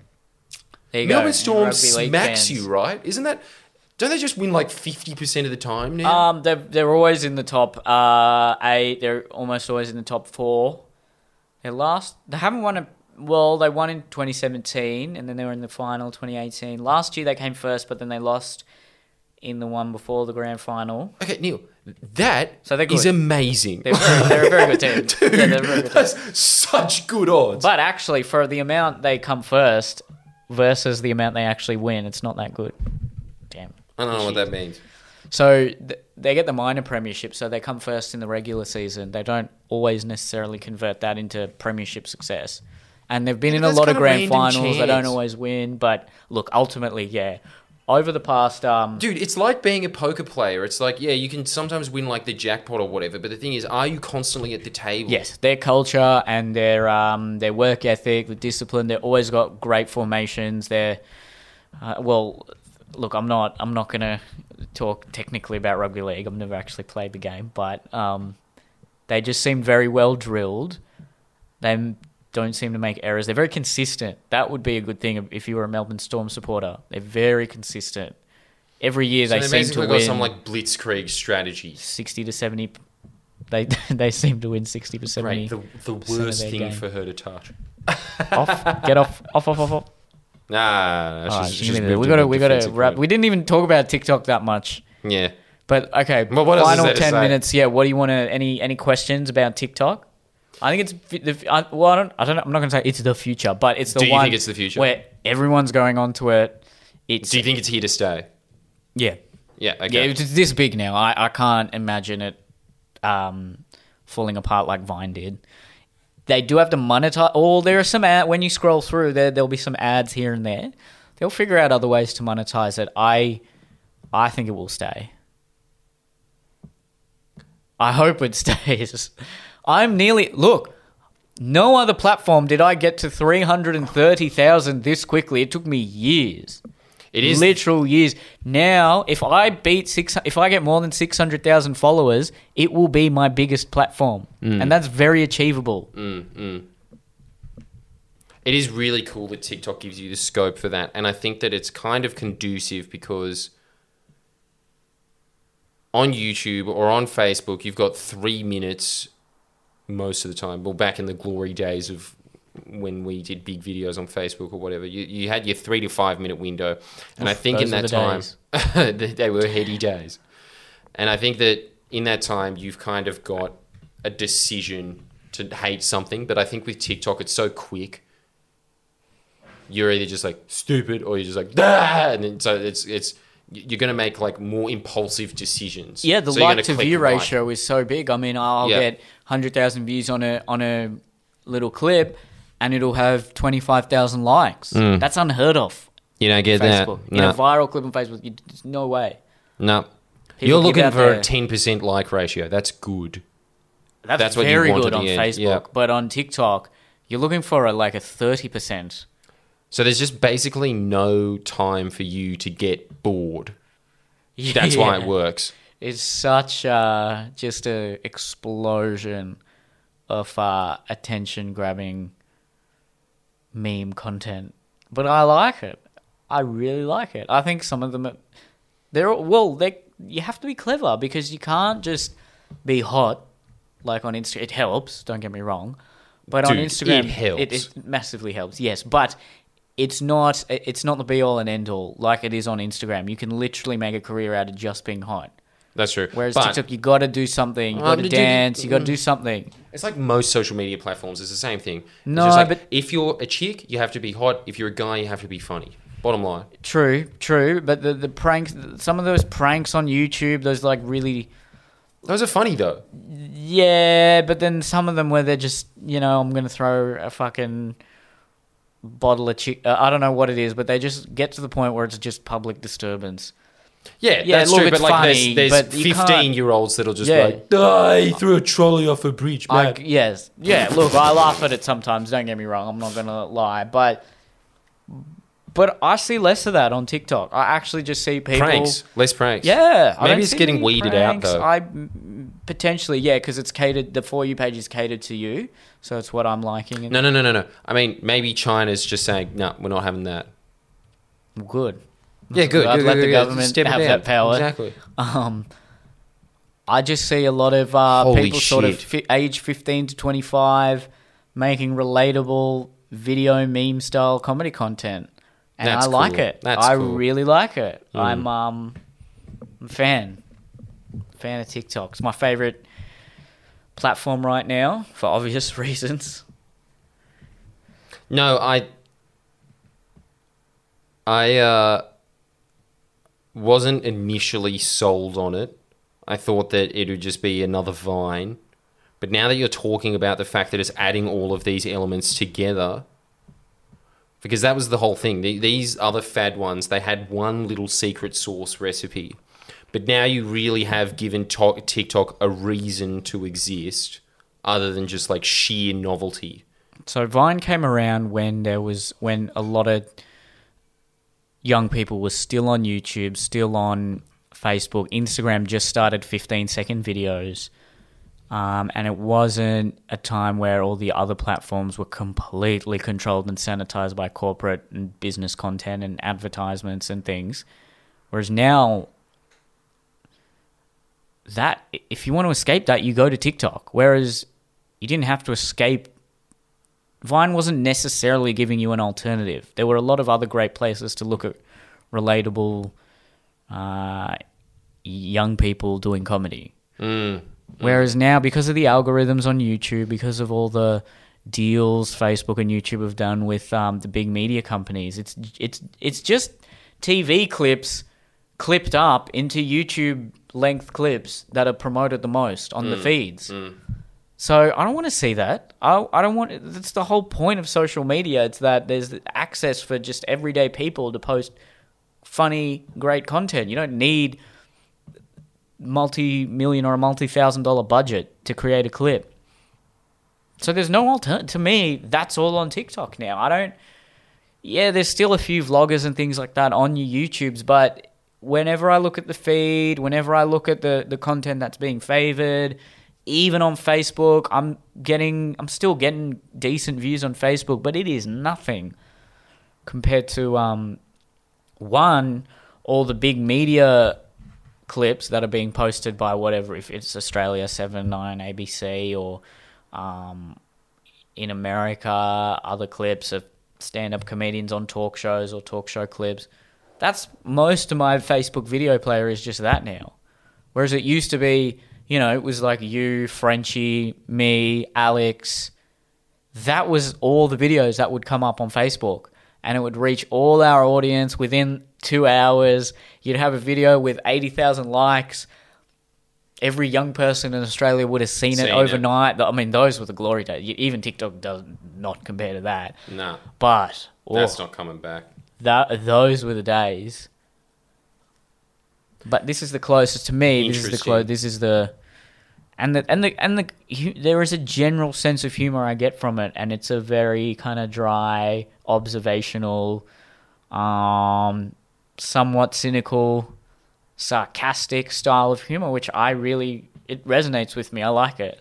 Speaker 1: there you
Speaker 2: Melbourne
Speaker 1: go.
Speaker 2: Storm
Speaker 1: Rugby league
Speaker 2: smacks
Speaker 1: fans.
Speaker 2: you, right? Isn't that? Don't they just win like fifty percent of the time now?
Speaker 1: Um, they're they're always in the top uh, eight. They're almost always in the top four. They last. They haven't won a. Well, they won in 2017, and then they were in the final 2018. Last year they came first, but then they lost in the one before the grand final.
Speaker 2: Okay, Neil, that
Speaker 1: So they're good.
Speaker 2: is amazing.
Speaker 1: They're, very, they're a very good team.
Speaker 2: Dude,
Speaker 1: Yeah, they're a very good team.
Speaker 2: that's such good odds.
Speaker 1: But actually, for the amount they come first versus the amount they actually win, it's not that good. Damn.
Speaker 2: I don't know what that means.
Speaker 1: So th- they get the minor premiership, so they come first in the regular season. They don't always necessarily convert that into premiership success. And they've been in a
Speaker 2: that's
Speaker 1: lot of
Speaker 2: kinda
Speaker 1: grand
Speaker 2: random
Speaker 1: finals. They don't
Speaker 2: chance.
Speaker 1: always win, but look, ultimately, yeah, over the past um,
Speaker 2: Dude, it's like being a poker player. It's like, yeah, you can sometimes win like the jackpot or whatever, but the thing is, are you constantly at the table?
Speaker 1: Yes, their culture and their um, their work ethic, the discipline. They've always got great formations. They're uh, well, look, I'm not I'm not gonna talk technically about rugby league. I've never actually played the game, but um, they just seem very well drilled. They m- don't seem to make errors. They're very consistent. That would be a good thing if you were a Melbourne Storm supporter. They're very consistent. Every year
Speaker 2: So
Speaker 1: they,
Speaker 2: they,
Speaker 1: seem to
Speaker 2: basically
Speaker 1: win
Speaker 2: got some like blitzkrieg strategy.
Speaker 1: 60 to 70 they they seem to win 60 to 70
Speaker 2: Right, the, the
Speaker 1: of
Speaker 2: worst
Speaker 1: their
Speaker 2: thing
Speaker 1: game.
Speaker 2: for her to touch.
Speaker 1: off, get off, off, off, off, off.
Speaker 2: Nah, nah, nah,
Speaker 1: All
Speaker 2: she's-
Speaker 1: right,
Speaker 2: she's
Speaker 1: give me the-
Speaker 2: moved
Speaker 1: we
Speaker 2: to
Speaker 1: got to
Speaker 2: the
Speaker 1: we got to
Speaker 2: defensive
Speaker 1: wrap.
Speaker 2: point.
Speaker 1: We didn't even talk about TikTok that much,
Speaker 2: Yeah.
Speaker 1: but okay.
Speaker 2: Well, what else is
Speaker 1: final
Speaker 2: there to
Speaker 1: ten
Speaker 2: say?
Speaker 1: minutes. Yeah, what do you want to? Any any questions about TikTok? I think it's fi- the. fi- I, well, I don't. I don't. know- I'm not going to say it's the future, but it's the
Speaker 2: Do you
Speaker 1: one
Speaker 2: think it's the future?
Speaker 1: where everyone's going onto it. It's
Speaker 2: Do you think it's here to stay?
Speaker 1: yeah,
Speaker 2: Yeah, okay.
Speaker 1: yeah. It's this big now. I I can't imagine it, um, falling apart like Vine did. They do have to monetize. Oh, there are some ad when you scroll through there. There'll be some ads here and there. They'll figure out other ways to monetize it. I, I think it will stay. I hope it stays. I'm nearly look. No other platform did I get to three hundred and thirty thousand this quickly. It took me years.
Speaker 2: it is.
Speaker 1: literal years. Now, if I beat six, if I get more than six hundred thousand followers, it will be my biggest platform,
Speaker 2: Mm.
Speaker 1: and that's very achievable.
Speaker 2: it is really cool that TikTok gives you the scope for that. And I think that it's kind of conducive because on YouTube or on Facebook, you've got three minutes most of the time. Well, back in the glory days of when we did big videos on Facebook or whatever, you, you had your three to five minute window. And I
Speaker 1: Oof,
Speaker 2: think in that
Speaker 1: those
Speaker 2: time,
Speaker 1: were the
Speaker 2: they they were heady days. And I think that in that time, you've kind of got a decision to hate something. But I think with TikTok, it's so quick. You're either just like stupid, or you're just like ah, and then, so it's it's you're gonna make like more impulsive decisions.
Speaker 1: Yeah, the
Speaker 2: So you're
Speaker 1: like
Speaker 2: gonna
Speaker 1: to
Speaker 2: click
Speaker 1: view
Speaker 2: like.
Speaker 1: ratio is so big. I mean, I'll
Speaker 2: Yeah.
Speaker 1: get hundred thousand views on a on a little clip, and it'll have twenty five thousand likes.
Speaker 2: Mm.
Speaker 1: That's unheard of.
Speaker 2: You don't get
Speaker 1: Facebook
Speaker 2: that.
Speaker 1: in
Speaker 2: No,
Speaker 1: a viral clip on Facebook, you, there's no way.
Speaker 2: no.
Speaker 1: People
Speaker 2: You're
Speaker 1: give
Speaker 2: looking
Speaker 1: out
Speaker 2: for
Speaker 1: their-
Speaker 2: a ten percent like ratio. That's good.
Speaker 1: That's,
Speaker 2: That's what you
Speaker 1: very
Speaker 2: want
Speaker 1: good
Speaker 2: at
Speaker 1: on
Speaker 2: the end,
Speaker 1: Facebook,
Speaker 2: yeah.
Speaker 1: but on TikTok, you're looking for a, like a thirty percent.
Speaker 2: So there's just basically no time for you to get bored. That's why it works.
Speaker 1: It's such uh, just a explosion of uh, attention grabbing meme content, but I like it. I really like it. I think some of them, are- they're all- well, they you have to be clever because you can't just be hot like on Instagram. It helps. Don't get me wrong, but on
Speaker 2: Dude,
Speaker 1: Instagram,
Speaker 2: it helps.
Speaker 1: It, it massively helps. Yes, but. It's not. It's not the be all and end all like it is on Instagram. You can literally make a career out of just being hot.
Speaker 2: That's true.
Speaker 1: Whereas
Speaker 2: But-
Speaker 1: TikTok, you got to do something. You
Speaker 2: Well,
Speaker 1: got to
Speaker 2: did you-
Speaker 1: dance. You got to
Speaker 2: Mm.
Speaker 1: do something.
Speaker 2: It's like most social media platforms. It's the same thing. It's
Speaker 1: No,
Speaker 2: just like,
Speaker 1: but-
Speaker 2: if you're a chick, you have to be hot. If you're a guy, you have to be funny. Bottom line.
Speaker 1: True, true. But the the pranks, some of those pranks on YouTube, those like really,
Speaker 2: Those are funny though.
Speaker 1: yeah. But then some of them where they're just, you know, I'm gonna throw a fucking bottle of chick. Uh, I don't know what it is, but they just get to the point where it's just public disturbance.
Speaker 2: Yeah,
Speaker 1: Yeah,
Speaker 2: that's
Speaker 1: look,
Speaker 2: true.
Speaker 1: it's
Speaker 2: But like,
Speaker 1: funny,
Speaker 2: there's,
Speaker 1: but
Speaker 2: there's
Speaker 1: you can't-
Speaker 2: 15 year olds that'll just
Speaker 1: Yeah.
Speaker 2: be like, "Ah, he threw a trolley off a bridge, man.
Speaker 1: I, yes, yeah. Look, I laugh at it sometimes. Don't get me wrong. I'm not gonna lie, but. But I see less of that on TikTok. I actually just see people
Speaker 2: pranks, less pranks.
Speaker 1: Yeah,
Speaker 2: Maybe it's
Speaker 1: see
Speaker 2: getting
Speaker 1: many
Speaker 2: weeded out, though.
Speaker 1: I mm, potentially, yeah, because it's catered. The for you page is catered to you, so it's what I'm liking. And
Speaker 2: No, no, no, no, no. I mean, maybe China's just saying, "No, we're not having that."
Speaker 1: good.
Speaker 2: Yeah, good.
Speaker 1: I'd
Speaker 2: good,
Speaker 1: let
Speaker 2: good,
Speaker 1: the
Speaker 2: good.
Speaker 1: government
Speaker 2: Step it
Speaker 1: have
Speaker 2: down.
Speaker 1: that power.
Speaker 2: Exactly.
Speaker 1: Um, I just see a lot of uh,
Speaker 2: Holy
Speaker 1: people sort of
Speaker 2: shit.
Speaker 1: fi- age 15 to 25 making relatable video meme style comedy content, and
Speaker 2: That's
Speaker 1: I like
Speaker 2: cool.
Speaker 1: it.
Speaker 2: That's
Speaker 1: I
Speaker 2: cool. Mm.
Speaker 1: really like it. I'm um, I'm a fan, fan of TikTok. It's my favorite platform right now for obvious reasons.
Speaker 2: No, I I uh wasn't initially sold on it. I thought that it would just be another vine. But now that you're talking about the fact that it's adding all of these elements together because that was the whole thing. The- These other fad ones, they had one little secret sauce recipe, but now you really have given to- TikTok a reason to exist, other than just like sheer novelty.
Speaker 1: So Vine came around when there was when a lot of young people were still on YouTube, still on Facebook. Instagram just started 15 second videos. Um, and it wasn't a time where all the other platforms were completely controlled and sanitized by corporate and business content and advertisements and things. Whereas now, that if you want to escape that, you go to TikTok. Whereas you didn't have to escape Vine wasn't necessarily giving you an alternative. There were a lot of other great places to look at relatable uh, young people doing comedy. Whereas now, because of the algorithms on YouTube, because of all the deals Facebook and YouTube have done with um, the big media companies, it's it's it's just TV clips clipped up into YouTube length clips that are promoted the most on the feeds. So I don't want to see that. I, I don't want. That's the whole point of social media. It's that there's access for just everyday people to post funny, great content. You don't need multi-million or a multi-thousand dollar budget to create a clip. So there's no alternative to me. That's all on TikTok now. I don't. Yeah, there's still a few vloggers and things like that on your YouTubes, but whenever I look at the feed, whenever I look at the the content that's being favored, even on Facebook, I'm getting I'm still getting decent views on Facebook, but it is nothing compared to um one all the big media clips that are being posted by whatever if it's Australia 7 9 ABC or um in America, other clips of stand up comedians on talk shows or talk show clips. That's most of my Facebook video player is just that now. Whereas it used to be, you know, it was like you, Frenchie, me, Alex. That was all the videos that would come up on Facebook. And it would reach all our audience within two hours. You'd have a video with 80,000 likes. Every young person in Australia would have seen,
Speaker 2: Seen
Speaker 1: it
Speaker 2: it.
Speaker 1: overnight. I mean, those were the glory days. Even TikTok does not compare to that.
Speaker 2: Nah,
Speaker 1: But oh,
Speaker 2: that's not coming back.
Speaker 1: that those were the days. But this is the closest to me. This is the clo-
Speaker 2: Interesting.
Speaker 1: This is the, and the and the and the hu- there is a general sense of humor I get from it, and it's a very kind of dry, observational, um, somewhat cynical, sarcastic style of humor, which I really it resonates with me. I like it.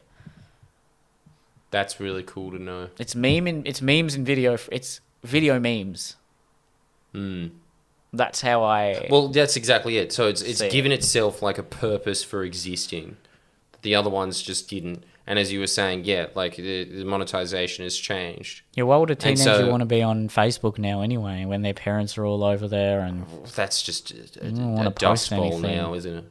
Speaker 2: That's really cool to know.
Speaker 1: It's meme in, it's memes and video. It's video memes.
Speaker 2: Mm.
Speaker 1: That's how I.
Speaker 2: Well, that's exactly it. So it's it's
Speaker 1: See it.
Speaker 2: given itself like a purpose for existing. The other ones just didn't. And as you were saying, yeah, like the, the monetization has changed.
Speaker 1: Yeah, why would a
Speaker 2: And
Speaker 1: teenager
Speaker 2: so-
Speaker 1: want to be on Facebook now anyway when their parents are all over there and
Speaker 2: That's just a, a-
Speaker 1: You don't
Speaker 2: a
Speaker 1: wanna post
Speaker 2: dust bowl
Speaker 1: anything.
Speaker 2: now, isn't it?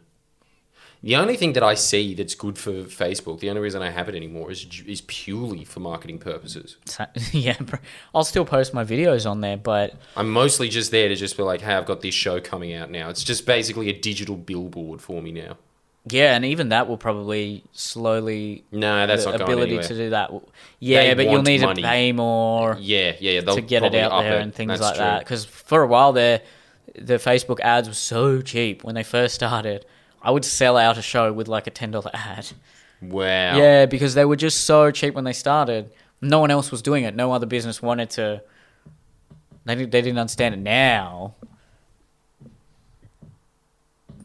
Speaker 2: The only thing that I see that's good for Facebook, the only reason I have it anymore, is ju- is purely for marketing purposes.
Speaker 1: yeah, bro. I'll still post my videos on there, but
Speaker 2: I'm mostly just there to just be like, hey, I've got this show coming out now. It's just basically a digital billboard for me now.
Speaker 1: yeah, and even that will probably slowly
Speaker 2: No, that's
Speaker 1: the
Speaker 2: not going
Speaker 1: ability
Speaker 2: anywhere.
Speaker 1: to do that. w- Yeah, but you'll
Speaker 2: want
Speaker 1: need
Speaker 2: money.
Speaker 1: to pay more
Speaker 2: yeah, yeah, they'll
Speaker 1: to get it
Speaker 2: probably
Speaker 1: out
Speaker 2: up
Speaker 1: there
Speaker 2: it.
Speaker 1: and things
Speaker 2: That's
Speaker 1: like
Speaker 2: true.
Speaker 1: that. Because for a while there, the Facebook ads were so cheap when they first started. I would sell out a show with like a ten dollar ad.
Speaker 2: Wow.
Speaker 1: Yeah, because they were just so cheap when they started. No one else was doing it. No other business wanted to. They didn't, they didn't understand it now.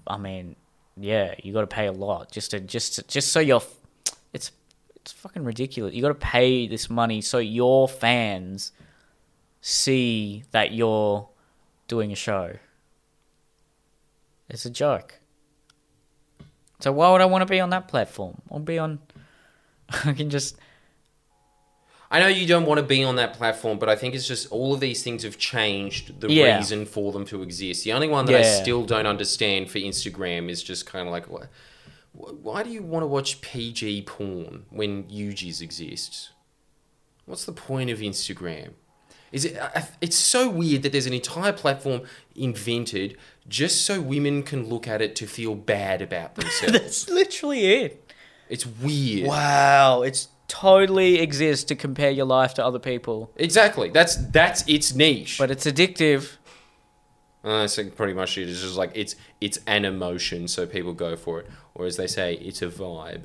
Speaker 1: I mean, yeah, you got to pay a lot just to just to, just so your f- it's it's fucking ridiculous. You got to pay this money so your fans see that you're doing a show. It's a joke. So why would I want to be on that platform? I'll be on. I can just
Speaker 2: I know you don't want to be on that platform, but I think it's just all of these things have changed the
Speaker 1: Yeah.
Speaker 2: reason for them to exist. The only one that I
Speaker 1: Yeah.
Speaker 2: still don't understand for Instagram is just kind of like, why, why do you want to watch PG porn when UGs exists? What's the point of Instagram? Is it? I- I- It's so weird that there's an entire platform invented just so women can look at it to feel bad about themselves.
Speaker 1: that's literally it.
Speaker 2: it's weird.
Speaker 1: Wow, it's totally exists to compare your life to other people,
Speaker 2: Exactly. That's that's its niche.
Speaker 1: but it's addictive.
Speaker 2: Uh, so pretty much it is just like it's it's an emotion, so people go for it, or as they say, it's a vibe.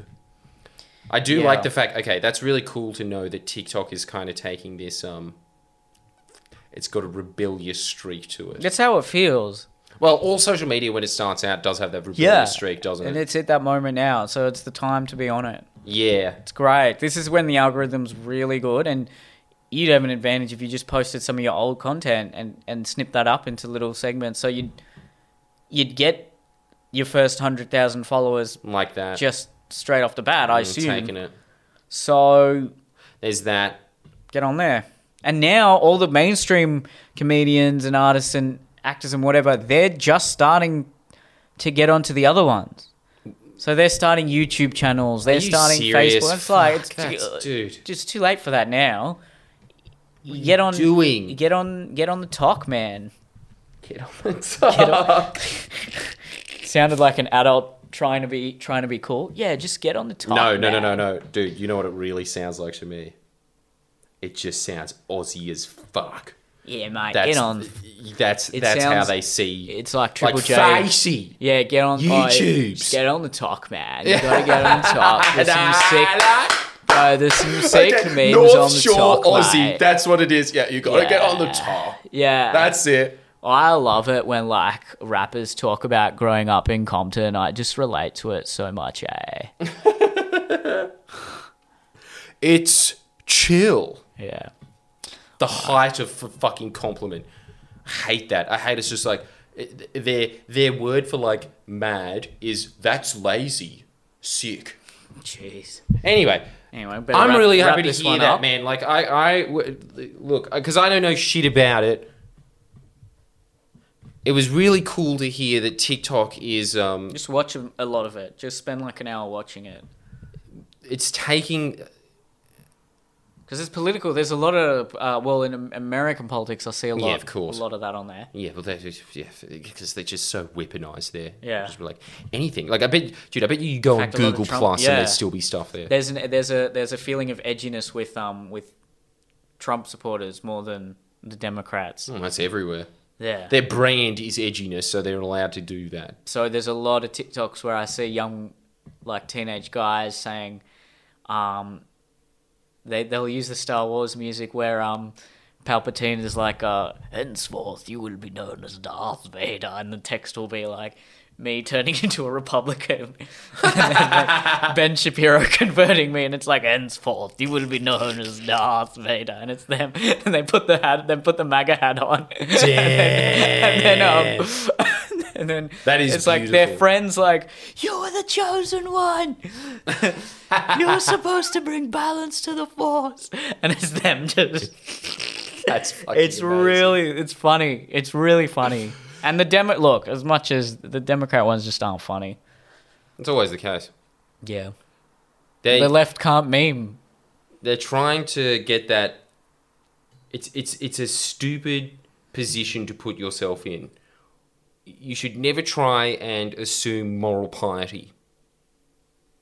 Speaker 2: I do
Speaker 1: Yeah.
Speaker 2: like the fact. Okay, that's really cool to know that TikTok is kind of taking this. Um, it's got a rebellious streak to it.
Speaker 1: That's how it feels.
Speaker 2: Well, all social media when it starts out does have that rebellious
Speaker 1: Yeah.
Speaker 2: streak, doesn't
Speaker 1: And
Speaker 2: it?
Speaker 1: it's at that moment now, so it's the time to be on it.
Speaker 2: Yeah,
Speaker 1: It's great. This is when the algorithm's really good, and you'd have an advantage if you just posted some of your old content and and snip that up into little segments. So you'd you'd get your first hundred thousand followers
Speaker 2: like that.
Speaker 1: just straight off the bat, I
Speaker 2: I'm Taking
Speaker 1: assume.
Speaker 2: it.
Speaker 1: So
Speaker 2: There's that.
Speaker 1: get on there. And now all the mainstream comedians and artists and actors and whatever, they're just starting to get onto the other ones. So they're starting YouTube channels. They're
Speaker 2: you
Speaker 1: starting
Speaker 2: serious?
Speaker 1: Facebook. It's like
Speaker 2: Fuck,
Speaker 1: it's
Speaker 2: that's- dude.
Speaker 1: just too late for that now. You get on,
Speaker 2: doing?
Speaker 1: get on, get on the talk, man.
Speaker 2: Get on the top.
Speaker 1: Sounded like an adult trying to be trying to be cool. Yeah, just get on the talk.
Speaker 2: No, no, no,
Speaker 1: man.
Speaker 2: no, no, dude. You know what it really sounds like to me? It just sounds Aussie as fuck.
Speaker 1: Yeah, mate,
Speaker 2: That's
Speaker 1: get on.
Speaker 2: that's
Speaker 1: It
Speaker 2: that's how
Speaker 1: sounds-
Speaker 2: they see.
Speaker 1: It's like
Speaker 2: like
Speaker 1: Triple J.
Speaker 2: facey.
Speaker 1: Yeah, get on oh,
Speaker 2: YouTubes.
Speaker 1: just get on the talk, man. You gotta get on the talk. There's some sick, bro, Uh, there's some sick
Speaker 2: Okay,
Speaker 1: memes
Speaker 2: North
Speaker 1: on the
Speaker 2: Shore
Speaker 1: talk,
Speaker 2: Aussie.
Speaker 1: mate.
Speaker 2: That's what it is. Yeah, you gotta get on the
Speaker 1: Yeah.
Speaker 2: top.
Speaker 1: yeah,
Speaker 2: That's it.
Speaker 1: I love it when like rappers talk about growing up in Compton. I just relate to it so much, eh?
Speaker 2: It's chill.
Speaker 1: Yeah,
Speaker 2: The height of f- fucking compliment. Hate that. I hate it's just like it- their their word for like mad is that's lazy, sick.
Speaker 1: jeez.
Speaker 2: Anyway,
Speaker 1: Anyway,
Speaker 2: I'm really happy to
Speaker 1: this
Speaker 2: hear that, man. Like I, I w- look because I don't know shit about it. It was really cool to hear that TikTok is um,
Speaker 1: Just watch a a lot of it. Just spend like an hour watching it
Speaker 2: it's taking
Speaker 1: because it's political. There's a lot of uh, well, in Am- American politics, I see a lot,
Speaker 2: of course.
Speaker 1: a lot of that on there.
Speaker 2: yeah, well, they yeah, because they're just so weaponized there.
Speaker 1: Yeah.
Speaker 2: just be like anything. Like I bet, dude, I bet you go
Speaker 1: fact, a
Speaker 2: on
Speaker 1: lot of
Speaker 2: Google
Speaker 1: Trump-
Speaker 2: Plus
Speaker 1: yeah.
Speaker 2: and there'd still be stuff there.
Speaker 1: There's an there's a there's a feeling of edginess with um with Trump supporters more than the Democrats.
Speaker 2: Mm, that's everywhere.
Speaker 1: Yeah.
Speaker 2: Their brand is edginess, so they're allowed to do that.
Speaker 1: so there's a lot of TikToks where I see young, like teenage guys saying, um, they they'll use the Star Wars music where um, Palpatine is like, uh, henceforth you will be known as Darth Vader, and the text will be like. Me turning into a Republican, and then, like, Ben Shapiro converting me, and it's like henceforth you will be known as Darth Vader, and it's them, and they put the hat, then put the MAGA hat on, and then um, and then
Speaker 2: That is
Speaker 1: it's like their
Speaker 2: beautiful.
Speaker 1: friends like you were the chosen one. you were supposed to bring balance to the force, and it's them just.
Speaker 2: That's fucking
Speaker 1: It's
Speaker 2: amazing.
Speaker 1: really it's funny. It's really funny. And the demo look as much as the Democrat ones just aren't funny.
Speaker 2: It's always the case.
Speaker 1: Yeah,
Speaker 2: They,
Speaker 1: the left can't meme.
Speaker 2: they're trying to get that it's it's it's a stupid position to put yourself in you should never try and assume moral piety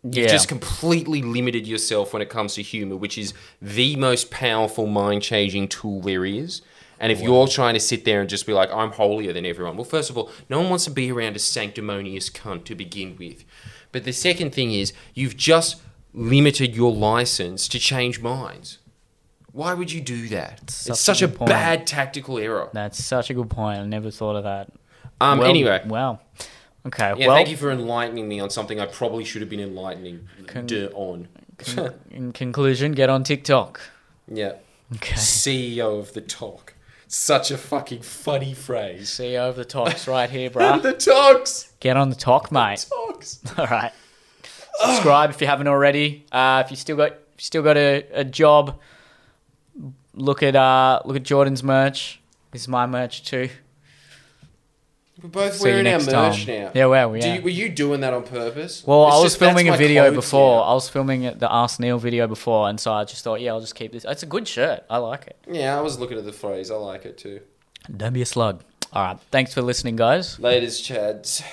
Speaker 1: Yeah,
Speaker 2: you've just completely limited yourself when it comes to humor which is the most powerful mind changing tool there is and if you're trying to sit there and just be like i'm holier than everyone well first of all no one wants to be around a sanctimonious cunt to begin with but the second thing is you've just limited your license to change minds why would you do that it's
Speaker 1: such
Speaker 2: such,
Speaker 1: a
Speaker 2: a
Speaker 1: good point.
Speaker 2: bad tactical error
Speaker 1: that's such a good point. I never thought of that.
Speaker 2: um
Speaker 1: Well-
Speaker 2: anyway
Speaker 1: wow. Okay.
Speaker 2: yeah,
Speaker 1: well,
Speaker 2: thank you for enlightening me on something I probably should have been enlightening duh, on.
Speaker 1: in conclusion, get on TikTok.
Speaker 2: yeah.
Speaker 1: Okay.
Speaker 2: CEO E of the talk. Such a fucking funny phrase.
Speaker 1: See over E the talks right here, bruh.
Speaker 2: the talks.
Speaker 1: Get on the talk, mate.
Speaker 2: Talks.
Speaker 1: All right. Subscribe if you haven't already. Uh, if you still got if you still got a, a job, look at uh, look at Jordan's merch. This is my merch too.
Speaker 2: We're both
Speaker 1: See you
Speaker 2: wearing our
Speaker 1: next
Speaker 2: merch
Speaker 1: time.
Speaker 2: now.
Speaker 1: Yeah, well, yeah.
Speaker 2: Do you, were you doing that on purpose?
Speaker 1: Well,
Speaker 2: It's
Speaker 1: I was
Speaker 2: just- that's
Speaker 1: filming a
Speaker 2: my
Speaker 1: video
Speaker 2: clothes
Speaker 1: before.
Speaker 2: now.
Speaker 1: I was filming it- the Ask Neil video before, and so I just thought, yeah, I'll just keep this. It's a good shirt. I like it.
Speaker 2: Yeah, I was looking at the phrase. I like it too.
Speaker 1: Don't be a slug. All right. Thanks for listening, guys.
Speaker 2: Laters, Chads.